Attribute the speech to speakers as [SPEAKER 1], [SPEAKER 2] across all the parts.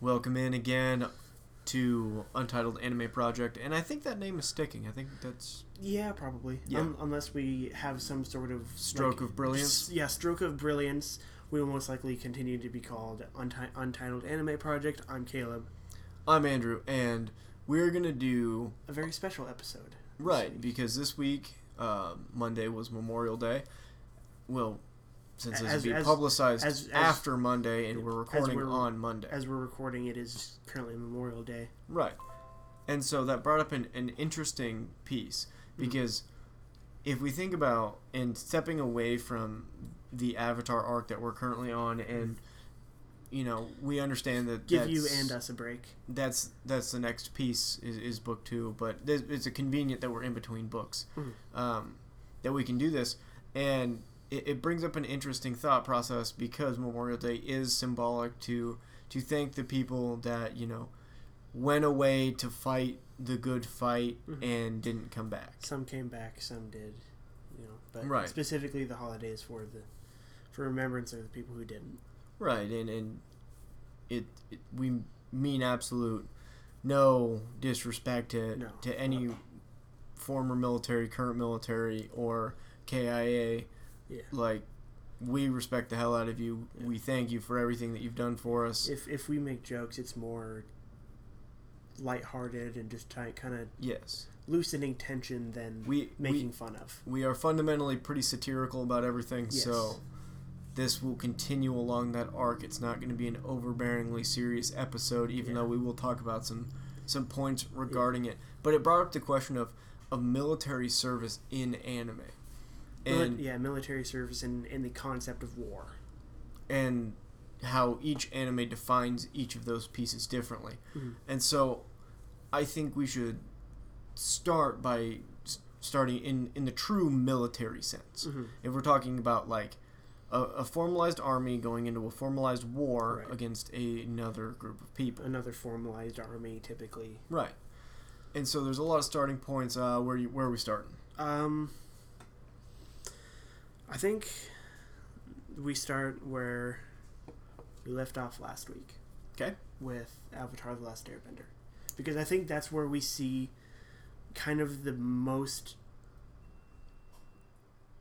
[SPEAKER 1] Welcome in again to Untitled Anime Project, and I think that name is sticking. I think that's
[SPEAKER 2] Yeah, probably.
[SPEAKER 1] Yeah.
[SPEAKER 2] Um, unless we have some sort of
[SPEAKER 1] stroke
[SPEAKER 2] like,
[SPEAKER 1] of brilliance.
[SPEAKER 2] s- yeah, stroke of brilliance. We will most likely continue to be called Unti- Untitled Anime Project. I'm Caleb.
[SPEAKER 1] I'm Andrew, and we're gonna do
[SPEAKER 2] A very special episode. this
[SPEAKER 1] right
[SPEAKER 2] week.
[SPEAKER 1] because this week um, Monday was Memorial Day. Well, since this
[SPEAKER 2] As-
[SPEAKER 1] will be
[SPEAKER 2] as-
[SPEAKER 1] publicized
[SPEAKER 2] as- as-
[SPEAKER 1] after Monday, and we're
[SPEAKER 2] as
[SPEAKER 1] recording
[SPEAKER 2] we're-
[SPEAKER 1] on Monday,
[SPEAKER 2] As we're recording, it is currently Memorial Day.
[SPEAKER 1] right? And so that brought up an, an interesting piece
[SPEAKER 2] Mm-hmm.
[SPEAKER 1] because if we think about and stepping away from the Avatar arc that we're currently on and you know, we understand that
[SPEAKER 2] Mm-hmm. Give you
[SPEAKER 1] that's-
[SPEAKER 2] and us a break.
[SPEAKER 1] that's that's the next piece is, is book two but this, it's a convenient that we're in between books
[SPEAKER 2] Mhm.
[SPEAKER 1] um, that we can do this and it, it brings up an interesting thought process because memorial day is symbolic to to thank the people that you know went away to fight the good fight
[SPEAKER 2] Mhm.
[SPEAKER 1] and didn't come back
[SPEAKER 2] Some came back, some did. You know, but
[SPEAKER 1] Right.
[SPEAKER 2] specifically the holidays for the for remembrance of the people who didn't.
[SPEAKER 1] right and and it, it we mean absolute no disrespect to
[SPEAKER 2] No.
[SPEAKER 1] to any former military current military or kia
[SPEAKER 2] Yeah.
[SPEAKER 1] like we respect the hell out of you
[SPEAKER 2] Yeah.
[SPEAKER 1] we thank you for everything that you've done for us
[SPEAKER 2] If if we make jokes, it's more lighthearted and just try, kind of
[SPEAKER 1] yes
[SPEAKER 2] loosening tension than
[SPEAKER 1] we
[SPEAKER 2] making fun of.
[SPEAKER 1] we, we are fundamentally pretty satirical about everything
[SPEAKER 2] Yes.
[SPEAKER 1] so this will continue along that arc it's not going to be an overbearingly serious episode even
[SPEAKER 2] Yeah.
[SPEAKER 1] though we will talk about some some points regarding it but it brought up the question of of military service in anime
[SPEAKER 2] Mili-
[SPEAKER 1] and
[SPEAKER 2] yeah, military service and, and the concept of war.
[SPEAKER 1] and how each anime defines each of those pieces differently.
[SPEAKER 2] Mhm.
[SPEAKER 1] And so I think we should start by s- starting in in the true military sense.
[SPEAKER 2] Mhm.
[SPEAKER 1] If we're talking about like a, a formalized army going into a formalized war
[SPEAKER 2] Right.
[SPEAKER 1] against a, another group of people.
[SPEAKER 2] Another formalized army, typically.
[SPEAKER 1] Right. And so there's a lot of starting points uh where you, where are we starting?
[SPEAKER 2] Um, I think we start where we left off last week.
[SPEAKER 1] 'Kay.
[SPEAKER 2] With Avatar: The Last Airbender, because I think that's where we see kind of the most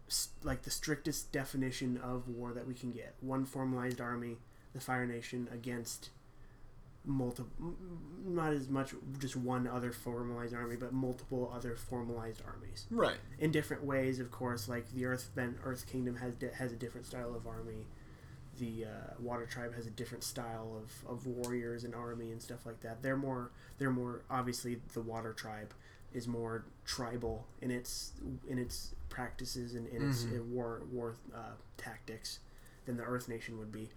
[SPEAKER 2] s- like the strictest definition of war that we can get one formalized army the fire nation against multiple not as much just one other formalized army but multiple other formalized armies
[SPEAKER 1] Right.
[SPEAKER 2] in different ways, of course. Like the Earth Ben Earth Kingdom has di- has a different style of army. The uh, Water Tribe has a different style of, of warriors and army and stuff like that. They're more they're more obviously the Water Tribe is more tribal in its in its practices and in its
[SPEAKER 1] Mhm.
[SPEAKER 2] uh, war war uh, tactics than the Earth Nation would be.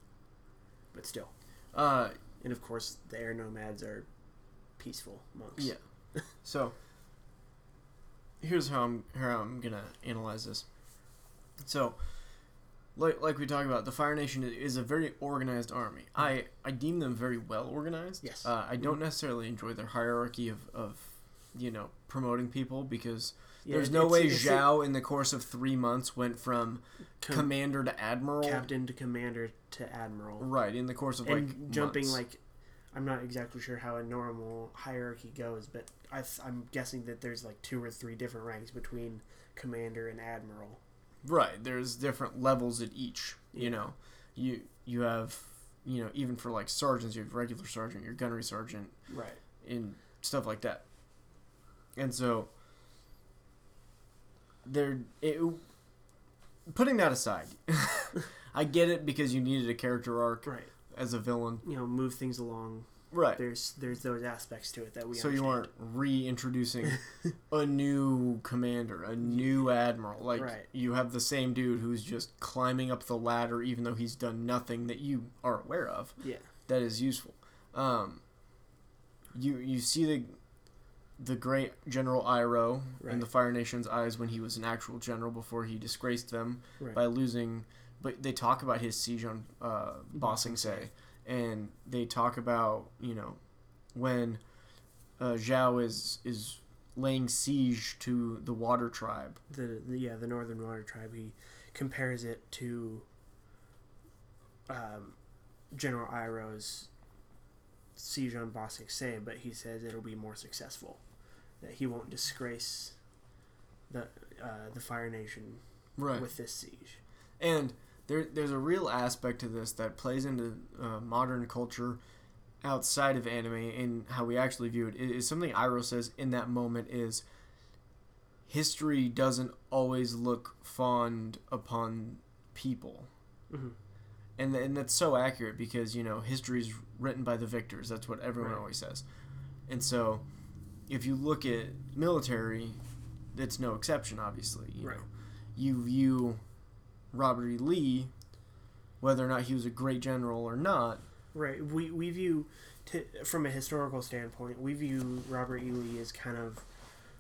[SPEAKER 2] But still,
[SPEAKER 1] Uh
[SPEAKER 2] and of course the Air Nomads are peaceful monks.
[SPEAKER 1] Yeah. So here's how I'm how I'm gonna analyze this. So like like we talked about, the Fire Nation i- is a very organized army. I I deem them very well organized.
[SPEAKER 2] Mm-hmm. Yes. Mm-hmm.
[SPEAKER 1] Uh, I don't necessarily enjoy their hierarchy of of you know promoting people because
[SPEAKER 2] Yeah,
[SPEAKER 1] there's
[SPEAKER 2] it-
[SPEAKER 1] no
[SPEAKER 2] it's-
[SPEAKER 1] way
[SPEAKER 2] it's a
[SPEAKER 1] Zhao in the course of three months went from
[SPEAKER 2] com-
[SPEAKER 1] commander to admiral.
[SPEAKER 2] captain to commander to admiral.
[SPEAKER 1] Right in the course of
[SPEAKER 2] and
[SPEAKER 1] like
[SPEAKER 2] jumping
[SPEAKER 1] months.
[SPEAKER 2] like i'm not exactly sure how a normal hierarchy goes but I th- i'm guessing that there's like two or three different ranks between commander and admiral
[SPEAKER 1] Right. There's different levels at each.
[SPEAKER 2] Yeah.
[SPEAKER 1] You know, you you have you know even for like sergeants, you have regular sergeant, your gunnery sergeant,
[SPEAKER 2] right
[SPEAKER 1] and stuff like that. And so, there. It, putting that aside, I get it because you needed a character arc
[SPEAKER 2] right
[SPEAKER 1] as a villain.
[SPEAKER 2] you know move things along
[SPEAKER 1] Right.
[SPEAKER 2] there's there's those aspects to it that we
[SPEAKER 1] so you aren't
[SPEAKER 2] understand.
[SPEAKER 1] reintroducing a new commander, a new admiral. Like
[SPEAKER 2] Right.
[SPEAKER 1] you have the same dude who's just climbing up the ladder, even though he's done nothing that you are aware of
[SPEAKER 2] yeah
[SPEAKER 1] that is useful. Um, you you see the the great General Iroh in
[SPEAKER 2] Right.
[SPEAKER 1] the Fire Nation's eyes when he was an actual general before he disgraced them
[SPEAKER 2] Right.
[SPEAKER 1] by losing. But they talk about his siege on uh, Bossing Se, and they talk about you know when uh, Zhao is is laying siege to the Water Tribe.
[SPEAKER 2] the, the yeah the northern water tribe he compares it to um, general iroh's Sijan Bostic say, but he says it'll be more successful. That he won't disgrace the uh, the Fire Nation
[SPEAKER 1] Right.
[SPEAKER 2] with this siege.
[SPEAKER 1] And there, there's a real aspect to this that plays into uh, modern culture outside of anime and how we actually view it. It is something Iroh says in that moment is history doesn't always look fond upon people.
[SPEAKER 2] Mm-hmm.
[SPEAKER 1] And, th- and that's so accurate because, you know, history is written by the victors. That's what everyone
[SPEAKER 2] Right.
[SPEAKER 1] always says. And so if you look at military, it's no exception, obviously. You
[SPEAKER 2] Right.
[SPEAKER 1] Know? You view Robert E. Lee, whether or not he was a great general or not,
[SPEAKER 2] Right. We we view t- from a historical standpoint, we view Robert E. Lee as kind of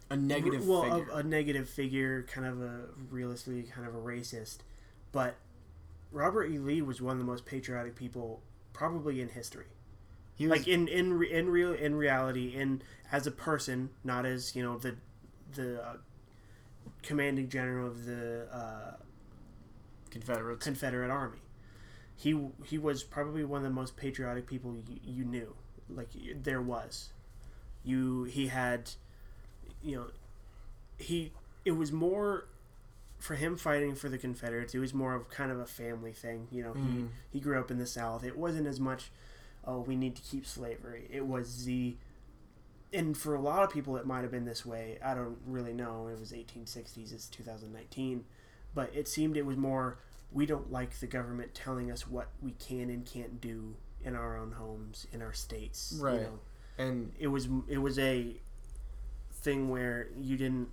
[SPEAKER 1] a negative
[SPEAKER 2] well, uh,
[SPEAKER 1] figure.
[SPEAKER 2] A, a negative figure, kind of a realistically kind of a racist. But Robert E. Lee was one of the most patriotic people probably in history.
[SPEAKER 1] he was,
[SPEAKER 2] Like in in re- in real in reality, in as a person, not as you know the the uh, commanding general of the uh,
[SPEAKER 1] Confederates.
[SPEAKER 2] Confederate Army. He he was probably one of the most patriotic people you, you knew, like y- there was. You he had, you know, he it was more for him fighting for the Confederates. It was more of kind of a family thing. You know,
[SPEAKER 1] Mm.
[SPEAKER 2] he he grew up in the South. It wasn't as much, oh, we need to keep slavery. It was the and for a lot of people, it might have been this way. I don't really know. It was 1860s. It's 2019, but it seemed it was more. We don't like the government telling us what we can and can't do in our own homes, in our states. you
[SPEAKER 1] Right.
[SPEAKER 2] know.
[SPEAKER 1] And
[SPEAKER 2] It was it was a thing where you didn't,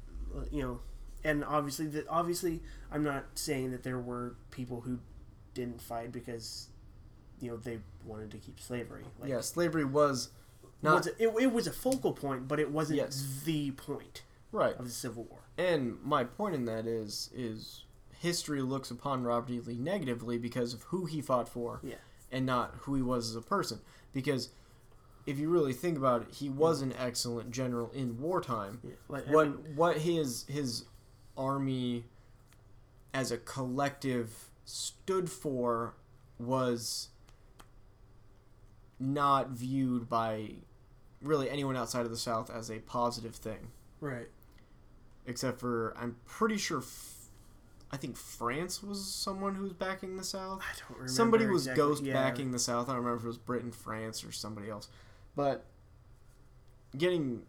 [SPEAKER 2] you know, and obviously that obviously I'm not saying that there were people who didn't fight because, you know, they wanted to keep slavery. Like,
[SPEAKER 1] yeah, slavery was not
[SPEAKER 2] was it, it, it was a focal point, but it wasn't
[SPEAKER 1] Yes.
[SPEAKER 2] the point
[SPEAKER 1] right.
[SPEAKER 2] of the Civil War.
[SPEAKER 1] And my point in that is is history looks upon Robert E. Lee negatively because of who he fought for
[SPEAKER 2] Yeah.
[SPEAKER 1] and not who he was as a person. Because if you really think about it, he was an excellent general in wartime.
[SPEAKER 2] Yeah. Like, I
[SPEAKER 1] What
[SPEAKER 2] mean,
[SPEAKER 1] what his his army as a collective stood for was not viewed by really anyone outside of the South as a positive thing
[SPEAKER 2] right.
[SPEAKER 1] except for I'm pretty sure. F- I think France was someone who was backing the South.
[SPEAKER 2] I don't remember.
[SPEAKER 1] Somebody was
[SPEAKER 2] exactly-
[SPEAKER 1] ghost
[SPEAKER 2] yeah.
[SPEAKER 1] backing the South. I don't remember if it was Britain, France, or somebody else. But getting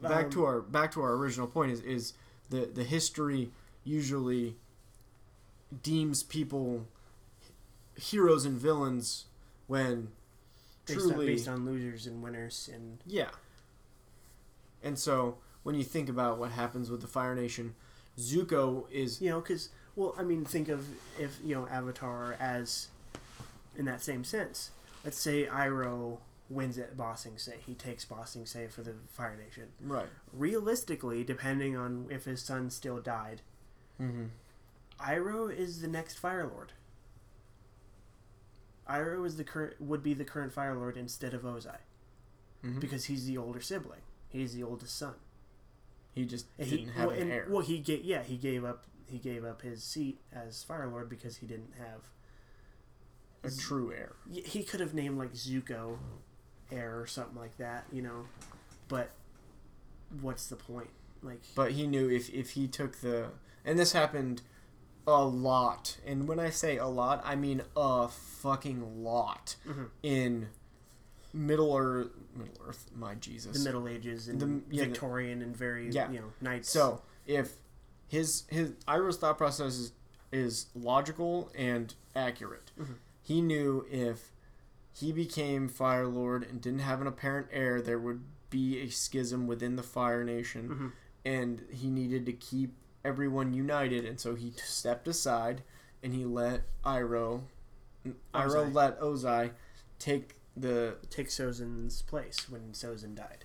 [SPEAKER 1] back to
[SPEAKER 2] Um,
[SPEAKER 1] our back to our original point is is the the history usually deems people h- heroes and villains when
[SPEAKER 2] based on,
[SPEAKER 1] truly
[SPEAKER 2] based on losers and winners and
[SPEAKER 1] yeah. And so when you think about what happens with the Fire Nation, Zuko is
[SPEAKER 2] you know because well I mean think of if you know Avatar as in that same sense. Let's say Iroh wins at Bossing Say. He takes Bossing Say for the Fire Nation.
[SPEAKER 1] right.
[SPEAKER 2] Realistically, depending on if his son still died,
[SPEAKER 1] Mm-hmm.
[SPEAKER 2] Iroh is the next Fire Lord. Iroh is the current would be the current Fire Lord instead of Ozai
[SPEAKER 1] Mhm.
[SPEAKER 2] because he's the older sibling. He's the oldest son.
[SPEAKER 1] He just
[SPEAKER 2] And
[SPEAKER 1] didn't
[SPEAKER 2] he,
[SPEAKER 1] have
[SPEAKER 2] well,
[SPEAKER 1] an
[SPEAKER 2] and-
[SPEAKER 1] heir.
[SPEAKER 2] Well, he gave yeah he gave up he gave up his seat as Fire Lord because he didn't have.
[SPEAKER 1] a true heir.
[SPEAKER 2] y- He could have named like Zuko, heir or something like that, you know, but what's the point? Like
[SPEAKER 1] But he knew if, if he took the. And this happened a lot. And when I say a lot, I mean a fucking lot
[SPEAKER 2] Mhm.
[SPEAKER 1] in Middle Earth. Middle Earth, my Jesus.
[SPEAKER 2] the Middle Ages and
[SPEAKER 1] The- yeah, the-
[SPEAKER 2] Victorian and very
[SPEAKER 1] Yeah.
[SPEAKER 2] you know knights.
[SPEAKER 1] So if his his Iroh's thought process is, is logical and accurate,
[SPEAKER 2] Mhm.
[SPEAKER 1] he knew if he became Fire Lord and didn't have an apparent heir, there would be a schism within the Fire Nation,
[SPEAKER 2] Mhm.
[SPEAKER 1] and he needed to keep everyone united. And so he t- stepped aside and he let Iroh, Iroh
[SPEAKER 2] Ozai.
[SPEAKER 1] let Ozai take the
[SPEAKER 2] take Sozin's place when Sozin died.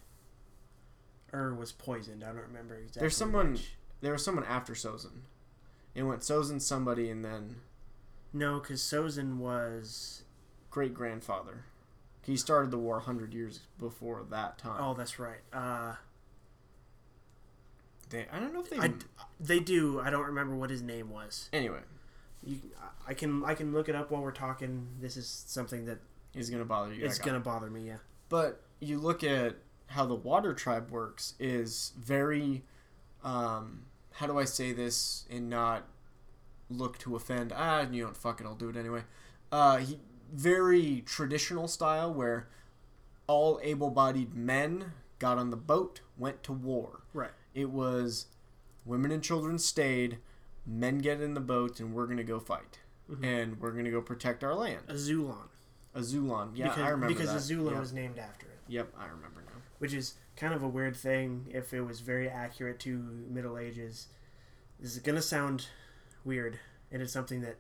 [SPEAKER 2] Or was poisoned. I don't remember exactly.
[SPEAKER 1] There's someone-
[SPEAKER 2] which.
[SPEAKER 1] there was someone after Sozin. It went Sozin somebody and then
[SPEAKER 2] No, because Sozin was.
[SPEAKER 1] great grandfather. He started the war 100 years before that time.
[SPEAKER 2] Oh, that's right. Uh,
[SPEAKER 1] They, I don't know if they.
[SPEAKER 2] I, they do. I don't remember what his name was.
[SPEAKER 1] anyway,
[SPEAKER 2] You, I can I can look it up while we're talking. This is something that
[SPEAKER 1] he's going to bother you.
[SPEAKER 2] it's
[SPEAKER 1] I got
[SPEAKER 2] gonna bother me. Yeah.
[SPEAKER 1] it. But you look at how the water tribe works is very um, how do I say this and not look to offend? Ah, you don't fuck it, I'll do it anyway. Uh, he, very traditional style where all able bodied men got on the boat, went to war.
[SPEAKER 2] Right.
[SPEAKER 1] It was women and children stayed, men get in the boat, and we're going to go fight.
[SPEAKER 2] Mhm.
[SPEAKER 1] And we're going to go protect our land.
[SPEAKER 2] A Zulon.
[SPEAKER 1] A Zulon. Yeah,
[SPEAKER 2] because,
[SPEAKER 1] I remember
[SPEAKER 2] Because
[SPEAKER 1] that.
[SPEAKER 2] a Zulon
[SPEAKER 1] Yep.
[SPEAKER 2] was named after it,
[SPEAKER 1] Yep, I remember now.
[SPEAKER 2] which is kind of a weird thing if it was very accurate to Middle Ages. This is going to sound weird, and it's something that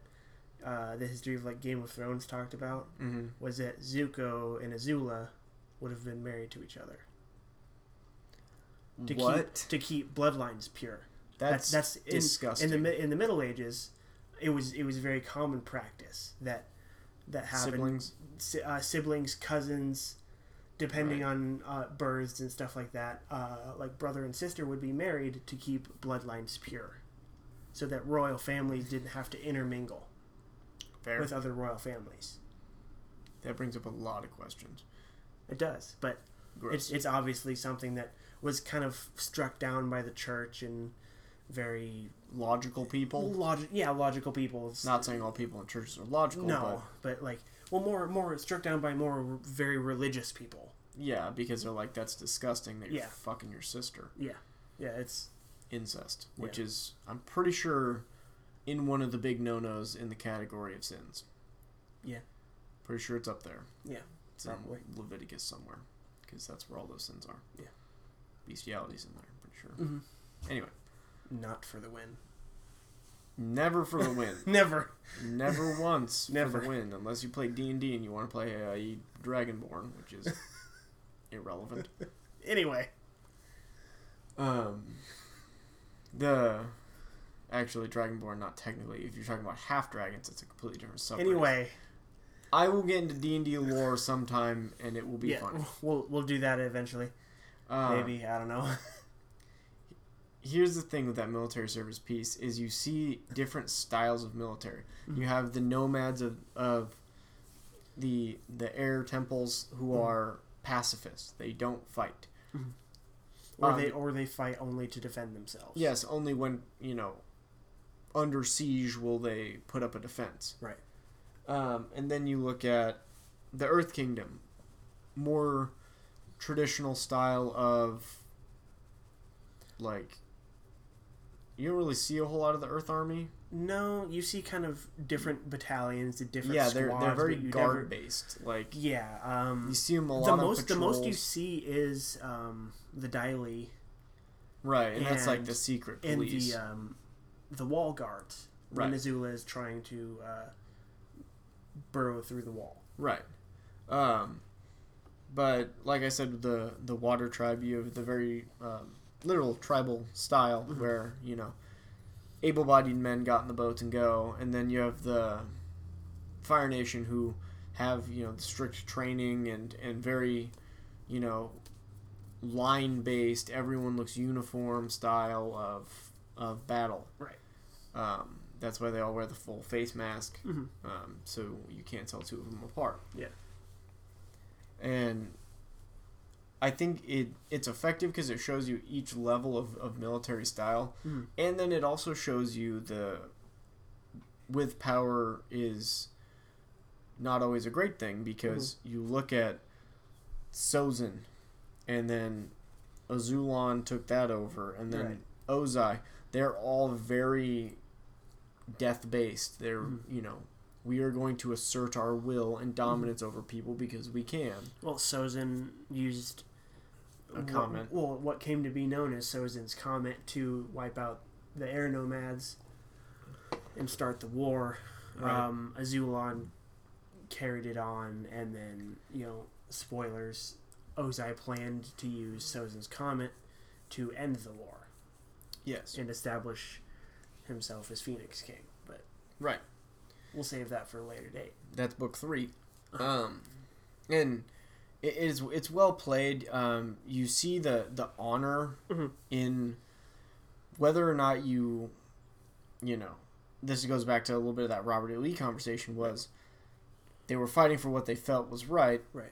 [SPEAKER 2] uh, the history of like Game of Thrones talked about
[SPEAKER 1] Mm-hmm.
[SPEAKER 2] was that Zuko and Azula would have been married to each other to
[SPEAKER 1] what?
[SPEAKER 2] keep to keep bloodlines pure.
[SPEAKER 1] that's
[SPEAKER 2] That's that's in,
[SPEAKER 1] disgusting.
[SPEAKER 2] In the mi- in the Middle Ages, it was it was very common practice that that happened.
[SPEAKER 1] siblings.
[SPEAKER 2] si- uh, siblings, cousins, depending on uh, births and stuff like that. Uh, like brother and sister would be married to keep bloodlines pure, so that royal families didn't have to intermingle
[SPEAKER 1] Fair.
[SPEAKER 2] with other royal families.
[SPEAKER 1] That brings up a lot of questions.
[SPEAKER 2] It does, but
[SPEAKER 1] Gross.
[SPEAKER 2] it's it's obviously something that was kind of struck down by the church and very
[SPEAKER 1] logical people.
[SPEAKER 2] logic. Yeah, logical people. It's-
[SPEAKER 1] Not saying all people in churches are logical,
[SPEAKER 2] no, but like well, more more struck down by more very religious people.
[SPEAKER 1] but yeah, because they're like, that's disgusting that you're
[SPEAKER 2] Yeah.
[SPEAKER 1] fucking your sister.
[SPEAKER 2] Yeah, yeah, it's
[SPEAKER 1] Incest, which is, I'm pretty sure, in one of the big no nos in the category of sins.
[SPEAKER 2] Yeah.
[SPEAKER 1] Pretty sure it's up there.
[SPEAKER 2] Yeah,
[SPEAKER 1] It's
[SPEAKER 2] probably.
[SPEAKER 1] in Leviticus somewhere, because that's where all those sins are.
[SPEAKER 2] Yeah.
[SPEAKER 1] Bestiality's in there, I'm pretty sure.
[SPEAKER 2] Mhm.
[SPEAKER 1] Anyway,
[SPEAKER 2] not for the win.
[SPEAKER 1] never for the win.
[SPEAKER 2] Never.
[SPEAKER 1] Never once
[SPEAKER 2] Never.
[SPEAKER 1] for the win, unless you play D and D and you want to play uh, Dragonborn, which is irrelevant.
[SPEAKER 2] Anyway,
[SPEAKER 1] Um, the actually Dragonborn, not technically. If you're talking about half dragons, it's a completely different subject.
[SPEAKER 2] anyway,
[SPEAKER 1] I will get into D and D lore sometime, and it will be
[SPEAKER 2] yeah,
[SPEAKER 1] fun.
[SPEAKER 2] we'll we'll do that eventually.
[SPEAKER 1] Uh,
[SPEAKER 2] Maybe I don't know.
[SPEAKER 1] here's the thing with that military service piece is you see different styles of military. You have the nomads of, of the the air temples who are pacifists. They don't fight.
[SPEAKER 2] or
[SPEAKER 1] Um,
[SPEAKER 2] they or they fight only to defend themselves.
[SPEAKER 1] Yes, only when, you know, under siege will they put up a defense.
[SPEAKER 2] Right.
[SPEAKER 1] Um, and then you look at the Earth Kingdom, more traditional style of like you don't really see a whole lot of the Earth Army.
[SPEAKER 2] No, you see kind of different battalions, the different
[SPEAKER 1] yeah, they're
[SPEAKER 2] squads,
[SPEAKER 1] they're very
[SPEAKER 2] but you
[SPEAKER 1] guard
[SPEAKER 2] never-
[SPEAKER 1] based. Like
[SPEAKER 2] yeah,
[SPEAKER 1] you
[SPEAKER 2] um,
[SPEAKER 1] see them a lot
[SPEAKER 2] the
[SPEAKER 1] on
[SPEAKER 2] most the most you
[SPEAKER 1] patrols.
[SPEAKER 2] see is um, the Daily
[SPEAKER 1] right, and, that's like
[SPEAKER 2] and-
[SPEAKER 1] the secret
[SPEAKER 2] and
[SPEAKER 1] police.
[SPEAKER 2] the um, the wall guards when
[SPEAKER 1] Right.
[SPEAKER 2] Azula is trying to uh, burrow through the wall.
[SPEAKER 1] Right. Um, but like I said, with the the water tribe, you have the very um, literal tribal style where you know able-bodied men got in the boats and go, and then you have the Fire Nation who have you know the strict training and and very you know line based. Everyone looks uniform style of of battle.
[SPEAKER 2] Right.
[SPEAKER 1] Um, that's why they all wear the full face mask
[SPEAKER 2] Mm-hmm.
[SPEAKER 1] um, so you can't tell two of them apart.
[SPEAKER 2] Yeah.
[SPEAKER 1] And I think it it's effective because it shows you each level of, of military style,
[SPEAKER 2] Mhm.
[SPEAKER 1] and then it also shows you the with power is not always a great thing because
[SPEAKER 2] Hmm.
[SPEAKER 1] you look at Sozin, and then Azulon took that over, and then
[SPEAKER 2] Right.
[SPEAKER 1] Ozai. They're all very death based. They're
[SPEAKER 2] Mhm.
[SPEAKER 1] you know we are going to assert our will and dominance over people because we can.
[SPEAKER 2] Well, Sozin used
[SPEAKER 1] A
[SPEAKER 2] what-
[SPEAKER 1] comment.
[SPEAKER 2] well, what came to be known as Sozin's comment to wipe out the air nomads and start the war.
[SPEAKER 1] Right.
[SPEAKER 2] Um, Azulon carried it on, and then you know, spoilers. Ozai planned to use Sozin's comment to end the war
[SPEAKER 1] Yes.
[SPEAKER 2] and establish himself as Phoenix King, but
[SPEAKER 1] Right.
[SPEAKER 2] we'll save that for a later date.
[SPEAKER 1] That's book three. Um, and it is it's well played. Um, you see the the honor
[SPEAKER 2] Mhm.
[SPEAKER 1] in whether or not you, you know, this goes back to a little bit of that Robert E. Lee conversation was. They were fighting for what they felt was right.
[SPEAKER 2] Right.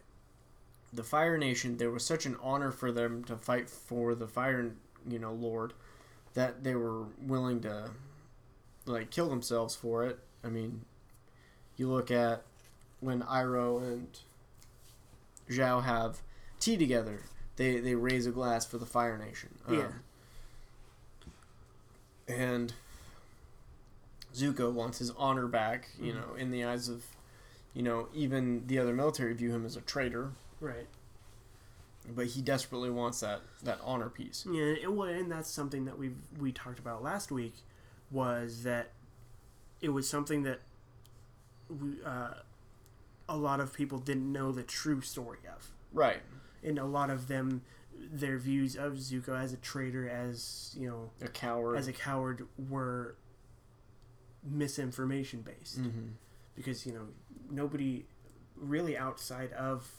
[SPEAKER 1] the Fire Nation, there was such an honor for them to fight for the Fire, you know, Lord, that they were willing to like kill themselves for it. I mean, you look at when Iroh and Zhao have tea together, they they raise a glass for the Fire Nation. Um,
[SPEAKER 2] Yeah.
[SPEAKER 1] And Zuko wants his honor back, you know, in the eyes of, you know, even the other military view him as a traitor,
[SPEAKER 2] Right.
[SPEAKER 1] but he desperately wants that that honor piece.
[SPEAKER 2] Yeah, it, well, and that's something that we we talked about last week was that it was something that we, uh, a lot of people didn't know the true story of,
[SPEAKER 1] Right.
[SPEAKER 2] and a lot of them their views of Zuko as a traitor, as you know,
[SPEAKER 1] A coward.
[SPEAKER 2] as a coward, were misinformation based
[SPEAKER 1] mm-hmm.
[SPEAKER 2] because you know nobody really outside of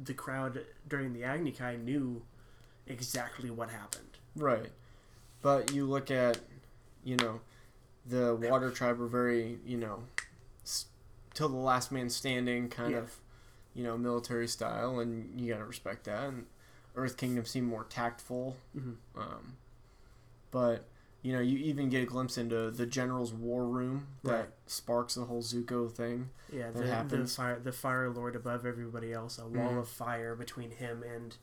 [SPEAKER 2] the crowd during the Agni Kai knew exactly what happened.
[SPEAKER 1] Right. But you look at, you know, the water tribe were very, you know, s- till the last man standing kind
[SPEAKER 2] Yeah.
[SPEAKER 1] of, you know, military style, and you got to respect that. And Earth Kingdom seemed more tactful.
[SPEAKER 2] Mhm.
[SPEAKER 1] Um, but, you know, you even get a glimpse into the general's war room that
[SPEAKER 2] Right.
[SPEAKER 1] sparks the whole Zuko thing.
[SPEAKER 2] Yeah,
[SPEAKER 1] that
[SPEAKER 2] the,
[SPEAKER 1] happens.
[SPEAKER 2] the fire, the fire lord above everybody else, a wall
[SPEAKER 1] Mhm.
[SPEAKER 2] of fire between him and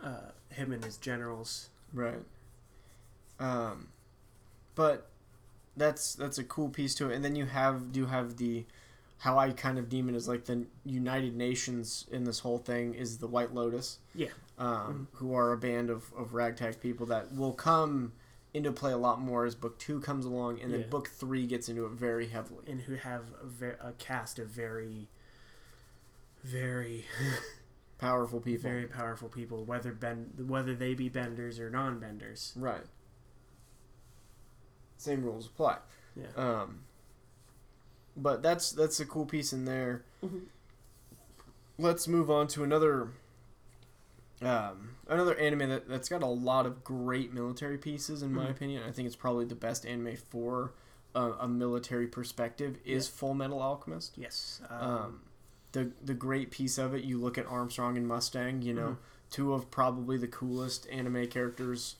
[SPEAKER 2] uh, him and his generals.
[SPEAKER 1] Right. Um, but that's that's a cool piece to it. And then you have do have the how I kind of deem it as like the United Nations in this whole thing is the White Lotus.
[SPEAKER 2] Yeah. Mm-hmm.
[SPEAKER 1] Um, Who are a band of, of ragtag people that will come into play a lot more as book two comes along, and then
[SPEAKER 2] Yeah.
[SPEAKER 1] book three gets into it very heavily.
[SPEAKER 2] and who have a, ve- a cast of very, very,
[SPEAKER 1] Powerful people.
[SPEAKER 2] very powerful people, whether ben- whether they be benders or non-benders.
[SPEAKER 1] Right. Same rules apply.
[SPEAKER 2] Yeah.
[SPEAKER 1] Um, but that's that's a cool piece in there.
[SPEAKER 2] Mhm.
[SPEAKER 1] Let's move on to another um, another anime that, that's got a lot of great military pieces in my
[SPEAKER 2] Mhm.
[SPEAKER 1] opinion. I think it's probably the best anime for uh, a military perspective is Full Metal Alchemist
[SPEAKER 2] Yes.
[SPEAKER 1] um, the the great piece of it. You look at Armstrong and Mustang. You know,
[SPEAKER 2] Mhm.
[SPEAKER 1] two of probably the coolest anime characters.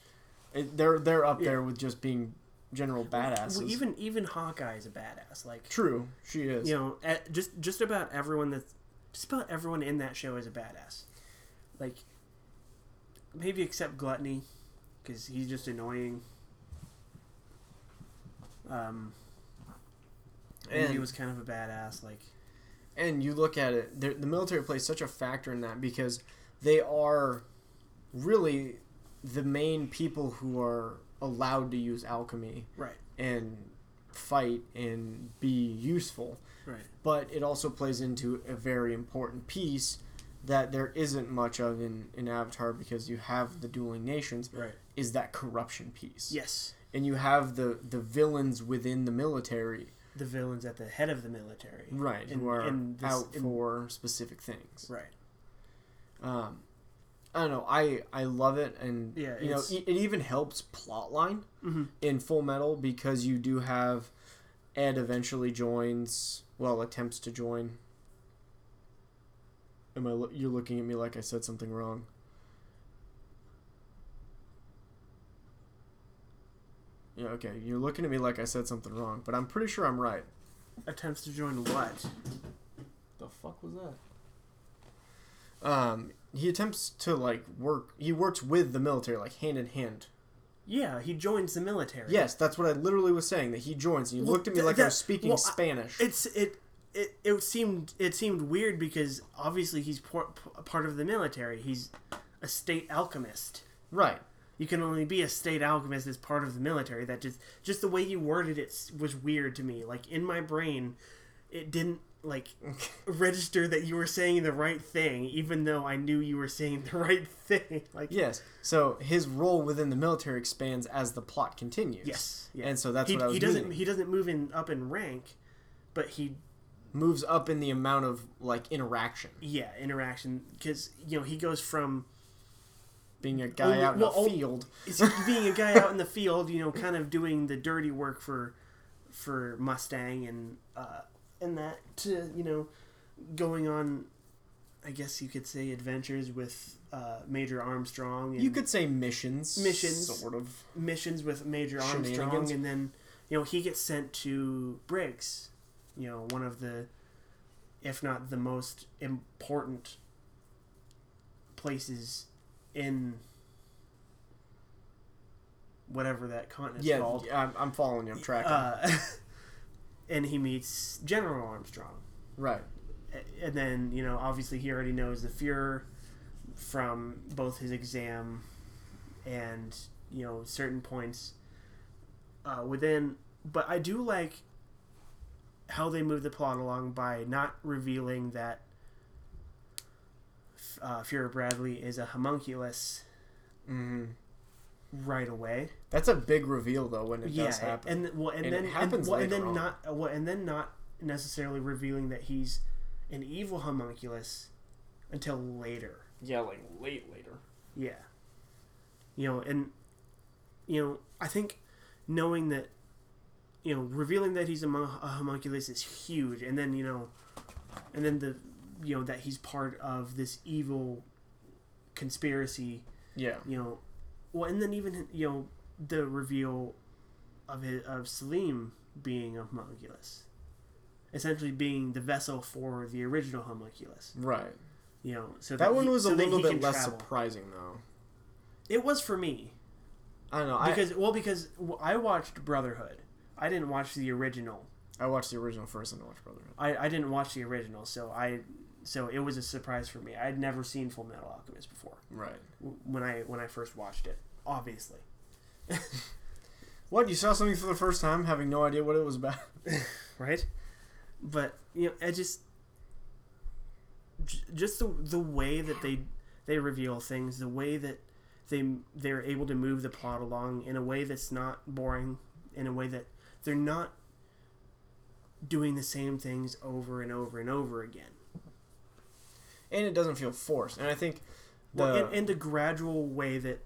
[SPEAKER 1] It, they're they're up
[SPEAKER 2] Yeah.
[SPEAKER 1] there with just being general badasses.
[SPEAKER 2] well, even even Hawkeye is a badass. Like
[SPEAKER 1] true, she is.
[SPEAKER 2] you know, eh, just just about everyone that's just about everyone in that show is a badass. Like maybe except Gluttony, because he's just annoying. Um, and he
[SPEAKER 1] And-
[SPEAKER 2] was kind of a badass. Like
[SPEAKER 1] and you look at it, the the military plays such a factor in that because they are really the main people who are allowed to use alchemy
[SPEAKER 2] right,
[SPEAKER 1] and fight and be useful.
[SPEAKER 2] right,
[SPEAKER 1] but it also plays into a very important piece that there isn't much of in, in Avatar because you have the dueling nations
[SPEAKER 2] right.
[SPEAKER 1] is that corruption piece.
[SPEAKER 2] Yes,
[SPEAKER 1] And you have the, the villains within the military
[SPEAKER 2] the villains at the head of the military.
[SPEAKER 1] right
[SPEAKER 2] And-
[SPEAKER 1] who are
[SPEAKER 2] and this-
[SPEAKER 1] out
[SPEAKER 2] and-
[SPEAKER 1] for specific things.
[SPEAKER 2] Right.
[SPEAKER 1] Um I don't know. I, I love it, and
[SPEAKER 2] Yeah,
[SPEAKER 1] you know
[SPEAKER 2] it's-
[SPEAKER 1] it, it even helps plotline
[SPEAKER 2] Mhm.
[SPEAKER 1] in Full Metal because you do have Ed eventually joins, well, attempts to join. Am I? lo- You're looking at me like I said something wrong. Yeah, okay. You're looking at me like I said something wrong, but I'm pretty sure I'm right.
[SPEAKER 2] Attempts to join what?
[SPEAKER 1] The fuck was that? Um, he attempts to like work. He works with the military, like hand in hand.
[SPEAKER 2] Yeah, he joins the military.
[SPEAKER 1] Yes, that's what I literally was saying. That he joins. And you
[SPEAKER 2] Well,
[SPEAKER 1] looked at me
[SPEAKER 2] th-
[SPEAKER 1] like I
[SPEAKER 2] that-
[SPEAKER 1] was speaking
[SPEAKER 2] well, I-
[SPEAKER 1] Spanish.
[SPEAKER 2] it's it it, it seemed it seemed weird because obviously he's por- p- part of the military. He's a state alchemist.
[SPEAKER 1] right.
[SPEAKER 2] You can only be a state alchemist as part of the military. That just just the way you worded it s- was weird to me. Like in my brain, it didn't like register that you were saying the right thing, even though I knew you were saying the right thing. Like
[SPEAKER 1] Yes. So his role within the military expands as the plot continues.
[SPEAKER 2] yes, yeah.
[SPEAKER 1] And so that's
[SPEAKER 2] he,
[SPEAKER 1] what I was
[SPEAKER 2] he doesn't
[SPEAKER 1] meaning.
[SPEAKER 2] he doesn't move in up in rank, but he
[SPEAKER 1] Moves up in the amount of like interaction,
[SPEAKER 2] yeah interaction because you know he goes from
[SPEAKER 1] being a guy
[SPEAKER 2] Only-
[SPEAKER 1] out in
[SPEAKER 2] well, oh,
[SPEAKER 1] a
[SPEAKER 2] only-
[SPEAKER 1] field.
[SPEAKER 2] is being a guy out in the field, you know, kind of doing the dirty work for for Mustang and uh, and that to you know going on I guess you could say adventures with uh, Major Armstrong. And
[SPEAKER 1] You could say missions.
[SPEAKER 2] Missions.
[SPEAKER 1] Sort of.
[SPEAKER 2] missions with Major
[SPEAKER 1] Shenanigans.
[SPEAKER 2] Armstrong, and then you know he gets sent to Briggs, you know one of the, if not the most important places in whatever that continent's
[SPEAKER 1] yeah,
[SPEAKER 2] called.
[SPEAKER 1] I'm, I'm following you. I'm tracking.
[SPEAKER 2] Uh, and he meets General Armstrong
[SPEAKER 1] right.
[SPEAKER 2] and then you know obviously he already knows the Fuhrer from both his exam and you know certain points uh, within. But I do like how they move the plot along by not revealing that uh, Fuhrer Bradley is a homunculus
[SPEAKER 1] Mm-hmm.
[SPEAKER 2] right away.
[SPEAKER 1] That's a big reveal though when it
[SPEAKER 2] yeah,
[SPEAKER 1] does happen.
[SPEAKER 2] and th- well, and,
[SPEAKER 1] And it
[SPEAKER 2] then
[SPEAKER 1] happens
[SPEAKER 2] and, well,
[SPEAKER 1] later
[SPEAKER 2] and then
[SPEAKER 1] on.
[SPEAKER 2] not uh, well, and then not necessarily revealing that he's an evil homunculus until later.
[SPEAKER 1] yeah, like late later.
[SPEAKER 2] Yeah. You know, and you know, I think knowing that you know, revealing that he's a, mon- a homunculus is huge and then, you know, and then the you know that he's part of this evil conspiracy,
[SPEAKER 1] Yeah.
[SPEAKER 2] you know, well, and then even you know the reveal of his, of Selim being a homunculus, essentially being the vessel for the original homunculus,
[SPEAKER 1] Right.
[SPEAKER 2] you know. So
[SPEAKER 1] That one
[SPEAKER 2] he-
[SPEAKER 1] was
[SPEAKER 2] so
[SPEAKER 1] a
[SPEAKER 2] that
[SPEAKER 1] little
[SPEAKER 2] he
[SPEAKER 1] bit
[SPEAKER 2] can
[SPEAKER 1] less
[SPEAKER 2] travel.
[SPEAKER 1] surprising though.
[SPEAKER 2] It was for me.
[SPEAKER 1] I don't know.
[SPEAKER 2] because well because w- I watched Brotherhood. I didn't watch the original.
[SPEAKER 1] I I watched the original first and I watched Brotherhood.
[SPEAKER 2] I, I didn't watch the original, so I so it was a surprise for me. I'd never seen Full Metal Alchemist before
[SPEAKER 1] Right.
[SPEAKER 2] w- when I when I first watched it. Obviously,
[SPEAKER 1] What you saw something for the first time, having no idea what it was about.
[SPEAKER 2] right? But you know, I just j- just the the way that they they reveal things, the way that they they're able to move the plot along in a way that's not boring, in a way that they're not doing the same things over and over and over again.
[SPEAKER 1] and it doesn't feel forced. And I think the
[SPEAKER 2] well, and, and the gradual way that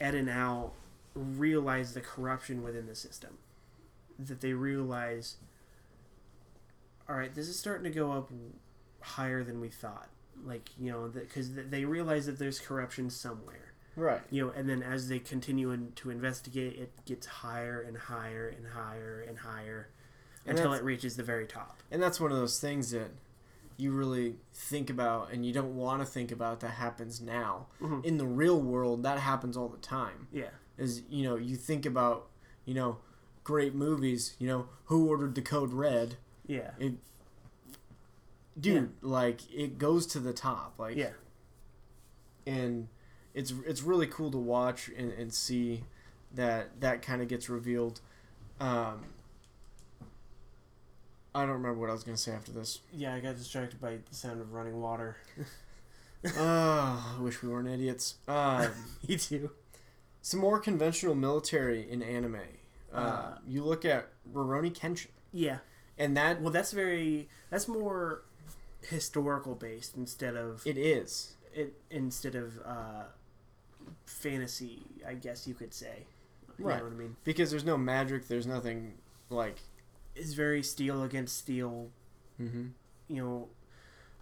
[SPEAKER 2] Ed and Al realize the corruption within the system, that they realize, all right, this is starting to go up higher than we thought. Like you know, because they realize that there's corruption somewhere.
[SPEAKER 1] right,
[SPEAKER 2] You know, and then as they continue in, to investigate, it gets higher and higher and higher and higher
[SPEAKER 1] And
[SPEAKER 2] until
[SPEAKER 1] that's-
[SPEAKER 2] it reaches the very top.
[SPEAKER 1] and that's one of those things that you really think about and you don't want to think about that happens now
[SPEAKER 2] Mhm.
[SPEAKER 1] in the real world. That happens all the time.
[SPEAKER 2] Yeah.
[SPEAKER 1] Is you know you think about you know great movies. You know who ordered the code red,
[SPEAKER 2] Yeah.
[SPEAKER 1] dude. Like it goes to the top. Like
[SPEAKER 2] Yeah.
[SPEAKER 1] and it's it's really cool to watch and, and see that that kind of gets revealed. Um, I don't remember what I was gonna say after this.
[SPEAKER 2] Yeah. I got distracted by the sound of running water.
[SPEAKER 1] Ah, I wish we weren't idiots. Um,
[SPEAKER 2] Me too.
[SPEAKER 1] some more conventional military in anime. Uh,
[SPEAKER 2] Uh.
[SPEAKER 1] you look at Rurouni Kenshin,
[SPEAKER 2] Yeah.
[SPEAKER 1] and that
[SPEAKER 2] Well, that's very that's more historical based instead of
[SPEAKER 1] it is.
[SPEAKER 2] it, instead of uh, fantasy, I guess you could say. You
[SPEAKER 1] Right.
[SPEAKER 2] know what I mean?
[SPEAKER 1] because there's no magic. There's nothing like.
[SPEAKER 2] It's very steel against steel.
[SPEAKER 1] Mm-hmm.
[SPEAKER 2] You know,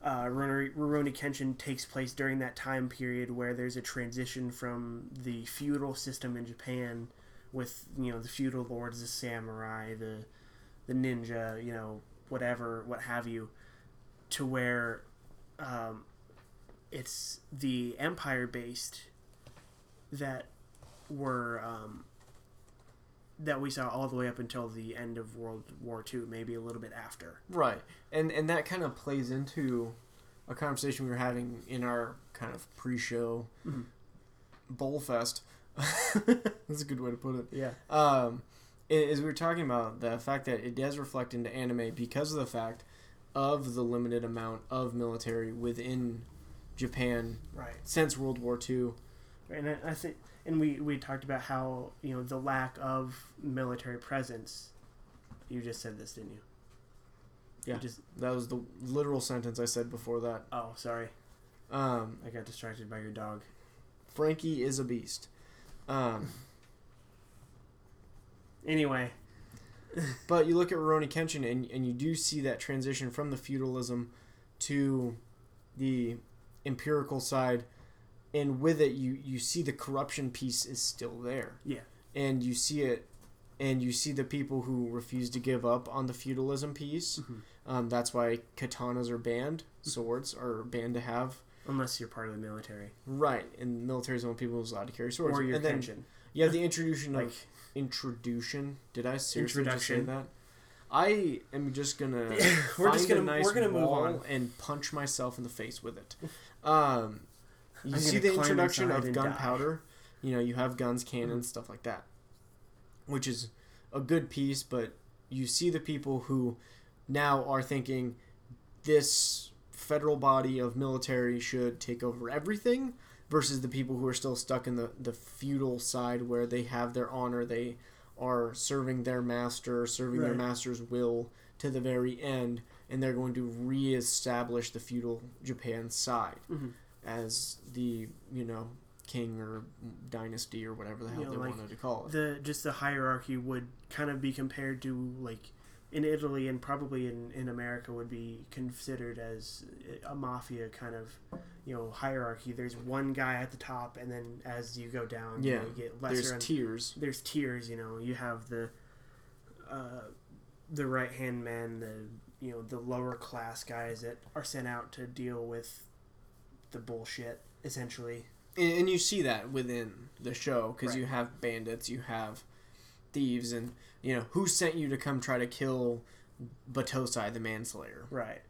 [SPEAKER 2] uh, Rurouni Rurouni Kenshin takes place during that time period where there's a transition from the feudal system in Japan, with you know the feudal lords, the samurai, the the ninja, you know, whatever, what have you, to where um, it's the empire based that were um, that we saw all the way up until the end of World War II, maybe a little bit after.
[SPEAKER 1] Right, and and that kind of plays into a conversation we were having in our kind of pre-show
[SPEAKER 2] Mhm.
[SPEAKER 1] bowl fest. That's a good way to put it.
[SPEAKER 2] Yeah.
[SPEAKER 1] Um, i- is we were talking about the fact that it does reflect into anime because of the fact of the limited amount of military within Japan
[SPEAKER 2] Right.
[SPEAKER 1] since World War II.
[SPEAKER 2] And I, I think, and we we talked about how you know the lack of military presence. You just said this, didn't you? You
[SPEAKER 1] Yeah.
[SPEAKER 2] just
[SPEAKER 1] That was the literal sentence I said before that.
[SPEAKER 2] oh, sorry,
[SPEAKER 1] Um,
[SPEAKER 2] I got distracted by your dog.
[SPEAKER 1] Frankie is a beast. Um,
[SPEAKER 2] Anyway,
[SPEAKER 1] But you look at Rurouni Kenshin, and, and you do see that transition from the feudalism to the empirical side, and with it, you you see the corruption piece is still there.
[SPEAKER 2] Yeah.
[SPEAKER 1] and you see it, and you see the people who refuse to give up on the feudalism piece.
[SPEAKER 2] Mhm.
[SPEAKER 1] Um, that's why katanas are banned,
[SPEAKER 2] Mm-hmm.
[SPEAKER 1] swords are banned to have.
[SPEAKER 2] Unless you're part of the military
[SPEAKER 1] Right, and the military is the only people who's allowed to carry swords.
[SPEAKER 2] or your
[SPEAKER 1] and then
[SPEAKER 2] pension.
[SPEAKER 1] you have the introduction
[SPEAKER 2] Like
[SPEAKER 1] of introduction. Did I seriously just say
[SPEAKER 2] Introduction.
[SPEAKER 1] that? I am just gonna.
[SPEAKER 2] We're
[SPEAKER 1] find
[SPEAKER 2] just gonna-
[SPEAKER 1] a nice
[SPEAKER 2] we're gonna move
[SPEAKER 1] wall
[SPEAKER 2] on.
[SPEAKER 1] and punch myself in the face with it. Um, you
[SPEAKER 2] I'm
[SPEAKER 1] see the
[SPEAKER 2] gonna climb
[SPEAKER 1] introduction
[SPEAKER 2] inside
[SPEAKER 1] of
[SPEAKER 2] and die. Mm-hmm.
[SPEAKER 1] gunpowder. You know, you have guns, cannons, stuff like that, which is a good piece. But you see the people who now are thinking this federal body of military should take over everything versus the people who are still stuck in the, the feudal side where they have their honor they are serving their master serving their
[SPEAKER 2] Right.
[SPEAKER 1] master's will to the very end and they're going to reestablish the feudal japan side
[SPEAKER 2] Mhm.
[SPEAKER 1] as the you know king or dynasty or whatever the hell
[SPEAKER 2] Yeah,
[SPEAKER 1] they
[SPEAKER 2] like
[SPEAKER 1] wanted to call it
[SPEAKER 2] the just the hierarchy would kind of be compared to like in Italy and probably in, in America would be considered as a mafia kind of you know hierarchy. There's one guy at the top, and then as you go down,
[SPEAKER 1] Yeah.
[SPEAKER 2] you get lesser
[SPEAKER 1] there's
[SPEAKER 2] and
[SPEAKER 1] tiers
[SPEAKER 2] there's tiers. You know, you have the uh, the right hand man, the you know the lower class guys that are sent out to deal with the bullshit essentially.
[SPEAKER 1] and, and you see that within the show because
[SPEAKER 2] Right.
[SPEAKER 1] you have bandits, you have thieves, and you know who sent you to come try to kill Batosai the manslayer.
[SPEAKER 2] Right.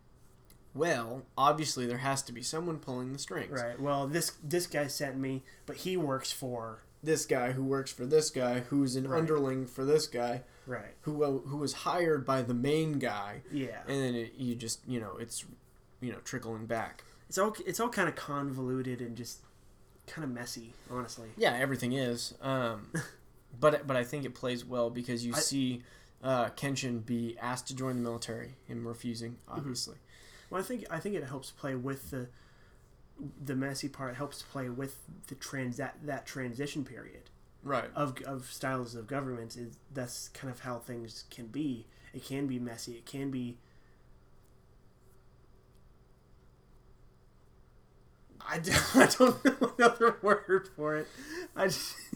[SPEAKER 1] Well, obviously there has to be someone pulling the strings.
[SPEAKER 2] Right. Well, this this guy sent me, but he works for
[SPEAKER 1] This guy who works for this guy, who's an
[SPEAKER 2] Right.
[SPEAKER 1] underling for this guy,
[SPEAKER 2] right.
[SPEAKER 1] who uh, who was hired by the main guy,
[SPEAKER 2] Yeah.
[SPEAKER 1] and then it, you just you know it's you know trickling back.
[SPEAKER 2] It's all it's all kind of convoluted and just kind of messy, honestly.
[SPEAKER 1] Yeah, everything is. Um, but but I think it plays well because you
[SPEAKER 2] I-
[SPEAKER 1] see uh, Kenshin be asked to join the military, him refusing, obviously.
[SPEAKER 2] Well, I think I think it helps play with the the messy part helps play with the trans that, that transition period
[SPEAKER 1] Right.
[SPEAKER 2] of of styles of governments is that's kind of how things can be. It can be messy. It can be I don't, I don't know another word for it. I just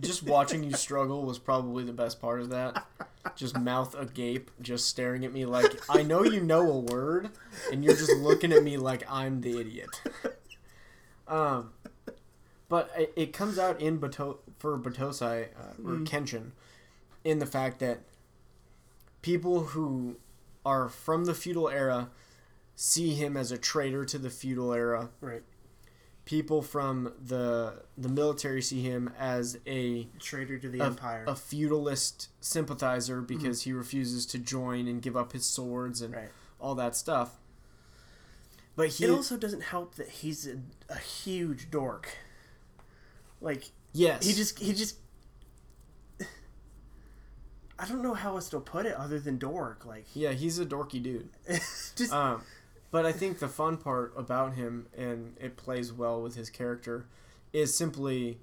[SPEAKER 1] Just watching you struggle was probably the best part of that. Just mouth agape, just staring at me like I know you know a word, and you're just looking at me like I'm the idiot. Um, but it, it comes out in Bato- for Batosai uh, or Kenshin in the fact that people who are from the feudal era see him as a traitor to the feudal era.
[SPEAKER 2] right
[SPEAKER 1] People from the the military see him as a
[SPEAKER 2] traitor to the
[SPEAKER 1] a-
[SPEAKER 2] empire.
[SPEAKER 1] a feudalist sympathizer because he refuses to join and give up his swords and
[SPEAKER 2] Mm-hmm. right.
[SPEAKER 1] all that stuff. But he,
[SPEAKER 2] it also doesn't help that he's a, a huge dork. Like
[SPEAKER 1] yes,
[SPEAKER 2] he just he just I don't know how else to put it other than dork. Like
[SPEAKER 1] yeah, he's a dorky dude.
[SPEAKER 2] just
[SPEAKER 1] Um, but I think the fun part about him and it plays well with his character is simply